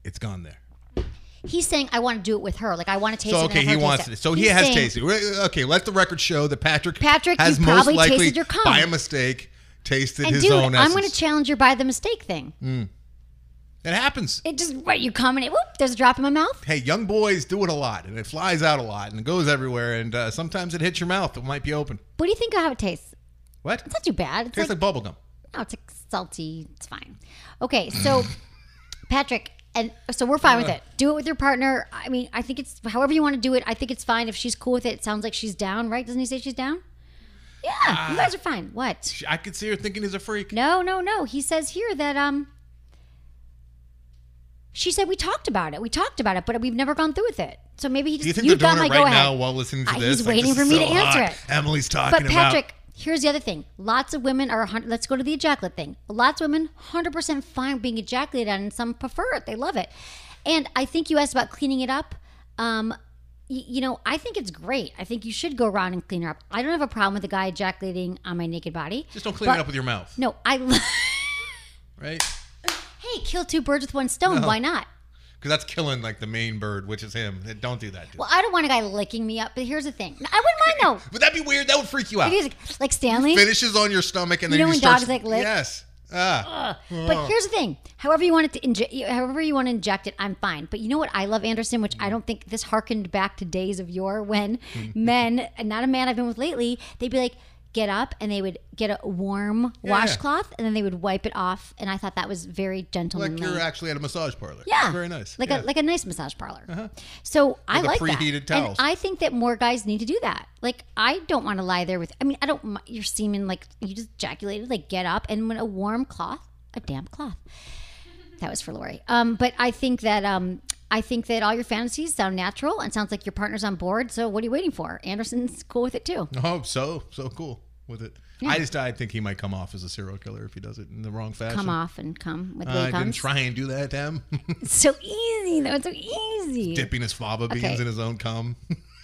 [SPEAKER 3] It's gone there.
[SPEAKER 1] he's saying i want to do it with her like i want to taste
[SPEAKER 3] So
[SPEAKER 1] it
[SPEAKER 3] okay,
[SPEAKER 1] and have
[SPEAKER 3] he
[SPEAKER 1] her
[SPEAKER 3] wants
[SPEAKER 1] taste
[SPEAKER 3] it. So he
[SPEAKER 1] He's
[SPEAKER 3] has
[SPEAKER 1] saying,
[SPEAKER 3] tasted. We're- Okay, let the record show that Patrick
[SPEAKER 1] Patrick,
[SPEAKER 3] has
[SPEAKER 1] you've
[SPEAKER 3] most
[SPEAKER 1] probably tasted
[SPEAKER 3] likely
[SPEAKER 1] your cum.
[SPEAKER 3] by a mistake tasted
[SPEAKER 1] and
[SPEAKER 3] his
[SPEAKER 1] dude
[SPEAKER 3] own
[SPEAKER 1] i'm
[SPEAKER 3] essence. Mm.
[SPEAKER 1] gonna challenge your by the mistake thing
[SPEAKER 3] it happens.
[SPEAKER 1] it just what you come and it whoop there's a drop in my mouth
[SPEAKER 3] hey, young boys do it a lot, and it flies out a lot, and it goes everywhere, and uh, sometimes it hits your mouth. It might be open.
[SPEAKER 1] what do you think of how it tastes
[SPEAKER 3] What?
[SPEAKER 1] it's not too bad it's
[SPEAKER 3] Tastes
[SPEAKER 1] like
[SPEAKER 3] like, bubblegum. *laughs*
[SPEAKER 1] No, it's like salty. It's fine. Okay, so Patrick, And so we're fine with it. Do it with your partner. I mean, I think it's however you want to do it. I think it's fine if she's cool with it. It sounds like she's down, right? Doesn't he say she's down? Yeah, you guys are fine. What?
[SPEAKER 3] I could see her thinking he's a freak.
[SPEAKER 1] No, no, no. He says here that um she said we talked about it. We talked about it, but we've never gone through with it. So maybe he just
[SPEAKER 3] Do you think
[SPEAKER 1] you've
[SPEAKER 3] they're
[SPEAKER 1] got my
[SPEAKER 3] doing it
[SPEAKER 1] go
[SPEAKER 3] right
[SPEAKER 1] ahead.
[SPEAKER 3] now while listening to
[SPEAKER 1] I-
[SPEAKER 3] this?
[SPEAKER 1] He's
[SPEAKER 3] Like,
[SPEAKER 1] waiting
[SPEAKER 3] this
[SPEAKER 1] for
[SPEAKER 3] is
[SPEAKER 1] me to
[SPEAKER 3] so
[SPEAKER 1] answer
[SPEAKER 3] hot.
[SPEAKER 1] it.
[SPEAKER 3] Emily's talking
[SPEAKER 1] But
[SPEAKER 3] about.
[SPEAKER 1] Patrick, here's the other thing. Lots of women are. a hun- Let's go to the ejaculate thing. Lots of women, hundred percent fine with being ejaculated on, and some prefer it. They love it. And I think you asked about cleaning it up. Um, y- you know, I think it's great. I think you should go around and clean her up. I don't have a problem with a guy ejaculating on my naked body.
[SPEAKER 3] Just don't clean
[SPEAKER 1] But-
[SPEAKER 3] it up with your mouth,
[SPEAKER 1] No, I. lo-
[SPEAKER 3] right?
[SPEAKER 1] *laughs* hey, kill two birds with one stone. Why not?
[SPEAKER 3] Because that's killing like the main bird, which is him. Don't do that. Dude.
[SPEAKER 1] Well, I don't want a guy licking me up. But here's the thing. I wouldn't
[SPEAKER 3] *laughs*
[SPEAKER 1] mind though.
[SPEAKER 3] Would that be weird? That would freak you out.
[SPEAKER 1] He's like, like Stanley.
[SPEAKER 3] Finishes on your stomach and
[SPEAKER 1] You
[SPEAKER 3] then
[SPEAKER 1] know
[SPEAKER 3] you
[SPEAKER 1] when
[SPEAKER 3] start-
[SPEAKER 1] dogs, like, lick?
[SPEAKER 3] Yes. Ah.
[SPEAKER 1] But here's the thing. However you want it to inje- however you want to inject it, I'm fine. But you know what? I love Anderson, which
[SPEAKER 3] Mm.
[SPEAKER 1] I don't think this harkened back to days of yore
[SPEAKER 3] *laughs*
[SPEAKER 1] when *laughs* men, and not a man I've been with lately, they'd be like, get up, and they would get a warm
[SPEAKER 3] Yeah.
[SPEAKER 1] washcloth, and then they would wipe it off. And I thought that was very
[SPEAKER 3] Like
[SPEAKER 1] gentlemanly.
[SPEAKER 3] you're actually at a massage parlor.
[SPEAKER 1] Oh, Yeah,
[SPEAKER 3] Very nice.
[SPEAKER 1] Like a
[SPEAKER 3] Yeah.
[SPEAKER 1] like a nice massage parlor. So I
[SPEAKER 3] With a
[SPEAKER 1] like that.
[SPEAKER 3] preheated
[SPEAKER 1] And
[SPEAKER 3] towels.
[SPEAKER 1] I think that more guys need to do that. Like I don't want to lie there with. I mean, I don't. mi- Your semen like you just ejaculated. Like get up and when a warm cloth, a damp cloth. That was for Lori. Um, but I think that um, I think that all your fantasies sound natural and sounds like your partner's on board. So what are you waiting for? Anderson's cool with it too.
[SPEAKER 3] Oh, so so cool with it. I just I think he might come off as a serial killer if he does it in the wrong fashion.
[SPEAKER 1] Come off and come with
[SPEAKER 3] I
[SPEAKER 1] uh,
[SPEAKER 3] didn't try and do that to him. *laughs*
[SPEAKER 1] It's so easy though. It's so easy.
[SPEAKER 3] Dipping his fava beans
[SPEAKER 1] Okay.
[SPEAKER 3] in his own cum. *laughs*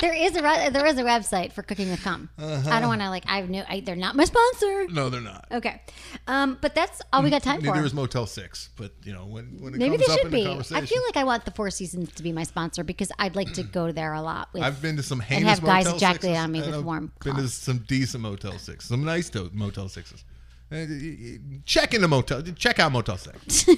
[SPEAKER 1] There is a re- there is a website for cooking with cum.
[SPEAKER 3] Uh-huh.
[SPEAKER 1] I don't want to like I've no I, they're not my sponsor.
[SPEAKER 3] no, they're not.
[SPEAKER 1] Okay, um, but that's all we got time for.
[SPEAKER 3] Neither is Motel Six, but you know when when it
[SPEAKER 1] Maybe they
[SPEAKER 3] comes up
[SPEAKER 1] should
[SPEAKER 3] in the
[SPEAKER 1] be.
[SPEAKER 3] conversation,
[SPEAKER 1] I feel like I want the Four Seasons to be my sponsor because I'd like to go there a lot. With,
[SPEAKER 3] I've been to some heinous
[SPEAKER 1] and have guys
[SPEAKER 3] Motel
[SPEAKER 1] ejaculate
[SPEAKER 3] Sixes,
[SPEAKER 1] on me
[SPEAKER 3] and
[SPEAKER 1] with
[SPEAKER 3] I've
[SPEAKER 1] warm
[SPEAKER 3] Been to
[SPEAKER 1] cloths.
[SPEAKER 3] some decent Motel Sixes, some nice to- Motel Sixes. Uh, y- y- Check into Motel. Check out Motel Six.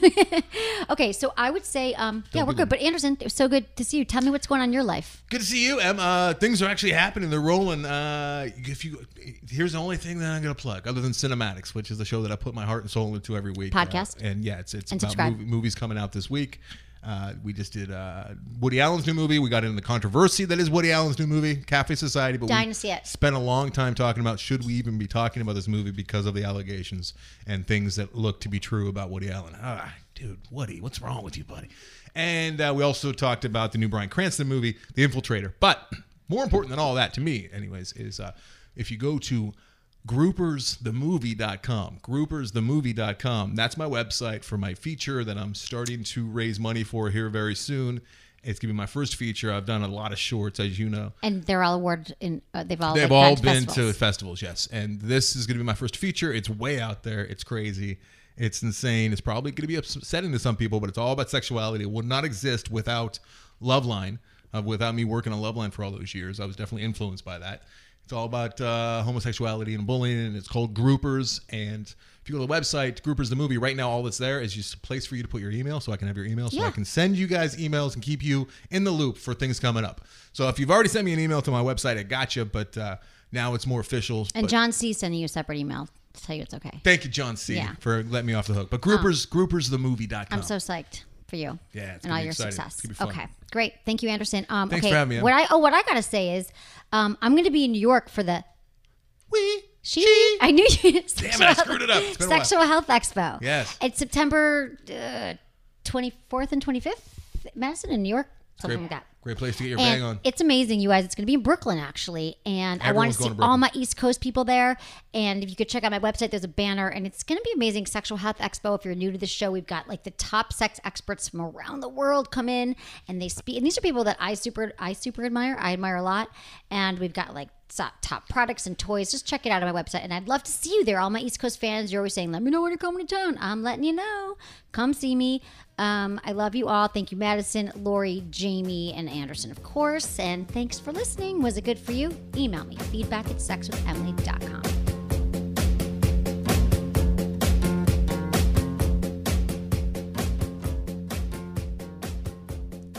[SPEAKER 1] Okay, so I would say, um, yeah,
[SPEAKER 3] Don't
[SPEAKER 1] we're
[SPEAKER 3] be
[SPEAKER 1] good. But Anderson, it was so good to see you. Tell me what's going on in your life.
[SPEAKER 3] Good to see you, Em. Uh, things are actually happening. They're rolling. Uh, if you here's the only thing that I'm gonna plug, other than Cinematics, which is the show that I put my heart and soul into every week.
[SPEAKER 1] Podcast.
[SPEAKER 3] Uh, and yeah, it's it's
[SPEAKER 1] And
[SPEAKER 3] about
[SPEAKER 1] subscribe.
[SPEAKER 3] movie, movies coming out this week. Uh, we just did uh, Woody Allen's new movie. We got into the controversy that is Woody Allen's new movie, Cafe Society. But
[SPEAKER 1] Dying
[SPEAKER 3] we
[SPEAKER 1] to see it.
[SPEAKER 3] spent a long time talking about should we even be talking about this movie because of the allegations and things that look to be true about Woody Allen. Ah, dude, Woody, what's wrong with you, buddy? And uh, we also talked about the new Brian Cranston movie, The Infiltrator. But more important than all that to me, anyways, is uh, if you go to groupersthemovie.com groupersthemovie.com that's my website for my feature that i'm starting to raise money for here very soon it's going to be my first feature i've done a lot of shorts as you know
[SPEAKER 1] And they're all awarded in. Uh, they've all like,
[SPEAKER 3] They've all
[SPEAKER 1] gone to
[SPEAKER 3] been to
[SPEAKER 1] festivals.
[SPEAKER 3] festivals, yes. And this is going to be my first feature. It's way out there. It's crazy. It's insane. It's probably going to be upsetting to some people, but it's all about sexuality. It would not exist without Loveline, uh, without me working on Loveline for all those years. I was definitely influenced by that. It's all about uh, homosexuality and bullying, and it's called Groupers. And if you go to the website, Groupers the movie, right now all that's there is just a place for you to put your email so I can have your email so
[SPEAKER 1] Yeah.
[SPEAKER 3] I can send you guys emails and keep you in the loop for things coming up. So if you've already sent me an email to my website, I gotcha, but uh, now it's more official.
[SPEAKER 1] And
[SPEAKER 3] But
[SPEAKER 1] John C. sending you a separate email to tell you it's okay.
[SPEAKER 3] thank you, John C,
[SPEAKER 1] Yeah. Oh.
[SPEAKER 3] for letting me off the hook. But groupers, groupersthemovie.com.
[SPEAKER 1] I'm so psyched for you.
[SPEAKER 3] Yeah, it's
[SPEAKER 1] and
[SPEAKER 3] gonna
[SPEAKER 1] all
[SPEAKER 3] be
[SPEAKER 1] your
[SPEAKER 3] exciting.
[SPEAKER 1] success.
[SPEAKER 3] It's gonna be fun.
[SPEAKER 1] Okay, great. Thank you, Anderson. Um,
[SPEAKER 3] Thanks
[SPEAKER 1] okay,
[SPEAKER 3] for having me, Em.
[SPEAKER 1] What I oh, what I gotta say is, um, I'm gonna be in New York for the
[SPEAKER 3] we.
[SPEAKER 1] she. I knew you. *laughs*
[SPEAKER 3] Damn it, I screwed it up. It's been a while.
[SPEAKER 1] Sexual Health Expo.
[SPEAKER 3] Yes.
[SPEAKER 1] It's September uh, 24th and 25th, Madison in New York, something
[SPEAKER 3] Great,
[SPEAKER 1] like that.
[SPEAKER 3] great place to get your
[SPEAKER 1] And
[SPEAKER 3] bang on.
[SPEAKER 1] it's amazing, you guys. It's going to be in Brooklyn, actually. And I want
[SPEAKER 3] Everyone's
[SPEAKER 1] to see
[SPEAKER 3] going to
[SPEAKER 1] all
[SPEAKER 3] Brooklyn.
[SPEAKER 1] my East Coast people there. And if you could check out my website, there's a banner, and it's going to be amazing. Sexual Health Expo. If you're new to the show, we've got like the top sex experts from around the world come in, and they speak. And these are people that I super, I super admire. I admire a lot. And we've got like so- top products and toys. Just check it out on my website, and I'd love to see you there. All my East Coast fans, you're always saying, "Let me know when you're coming to town." I'm letting you know. Come see me. Um, I love you all. Thank you, Madison, Lori, Jamie, and Anderson, of course. And thanks for listening. Was it good for you? Email me feedback at sexwithemily.com.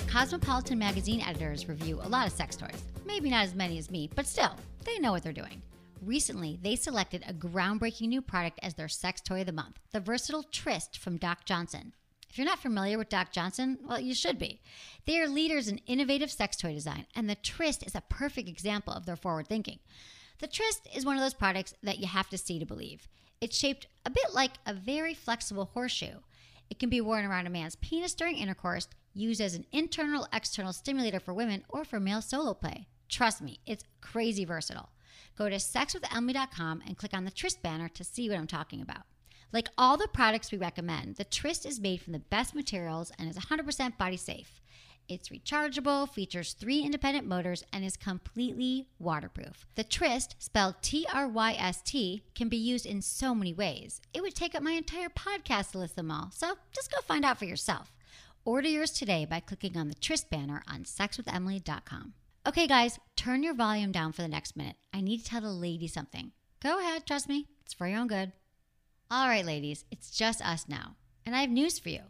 [SPEAKER 1] Cosmopolitan magazine editors review a lot of sex toys. Maybe not as many as me, but still, they know what they're doing. Recently, they selected a groundbreaking new product as their sex toy of the month the versatile Tryst from Doc Johnson. If you're not familiar with Doc Johnson, well, you should be. They are leaders in innovative sex toy design, and the Tryst is a perfect example of their forward thinking. The Tryst is one of those products that you have to see to believe. It's shaped a bit like a very flexible horseshoe. It can be worn around a man's penis during intercourse, used as an internal external stimulator for women or for male solo play. Trust me, it's crazy versatile. Go to sexwithelmy.com and click on the Trist banner to see what I'm talking about. Like all the products we recommend, the Trist is made from the best materials and is 100% body safe. It's rechargeable, features three independent motors, and is completely waterproof. The Trist, spelled T R Y S T, can be used in so many ways. It would take up my entire podcast to list them all, so just go find out for yourself. Order yours today by clicking on the Trist banner on sexwithemily.com. Okay, guys, turn your volume down for the next minute. I need to tell the lady something. Go ahead, trust me, it's for your own good. All right, ladies, it's just us now. And I have news for you.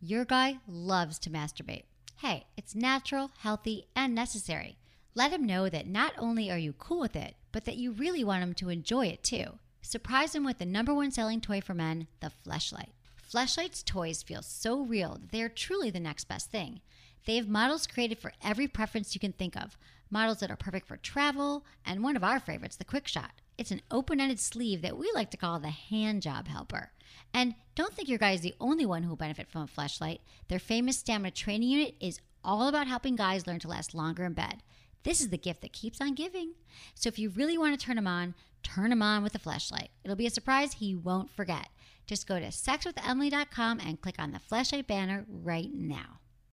[SPEAKER 1] Your guy loves to masturbate. Hey, it's natural, healthy, and necessary. Let him know that not only are you cool with it, but that you really want him to enjoy it too. Surprise him with the number one selling toy for men, the fleshlight. Fleshlight's toys feel so real that they are truly the next best thing. They have models created for every preference you can think of, models that are perfect for travel, and one of our favorites, the Quick Shot. It's an open ended sleeve that we like to call the hand job helper. And don't think your guy is the only one who will benefit from a flashlight. Their famous stamina training unit is all about helping guys learn to last longer in bed. This is the gift that keeps on giving. So if you really want to turn him on, turn him on with a flashlight. It'll be a surprise he won't forget. Just go to sexwithemily.com and click on the flashlight banner right now.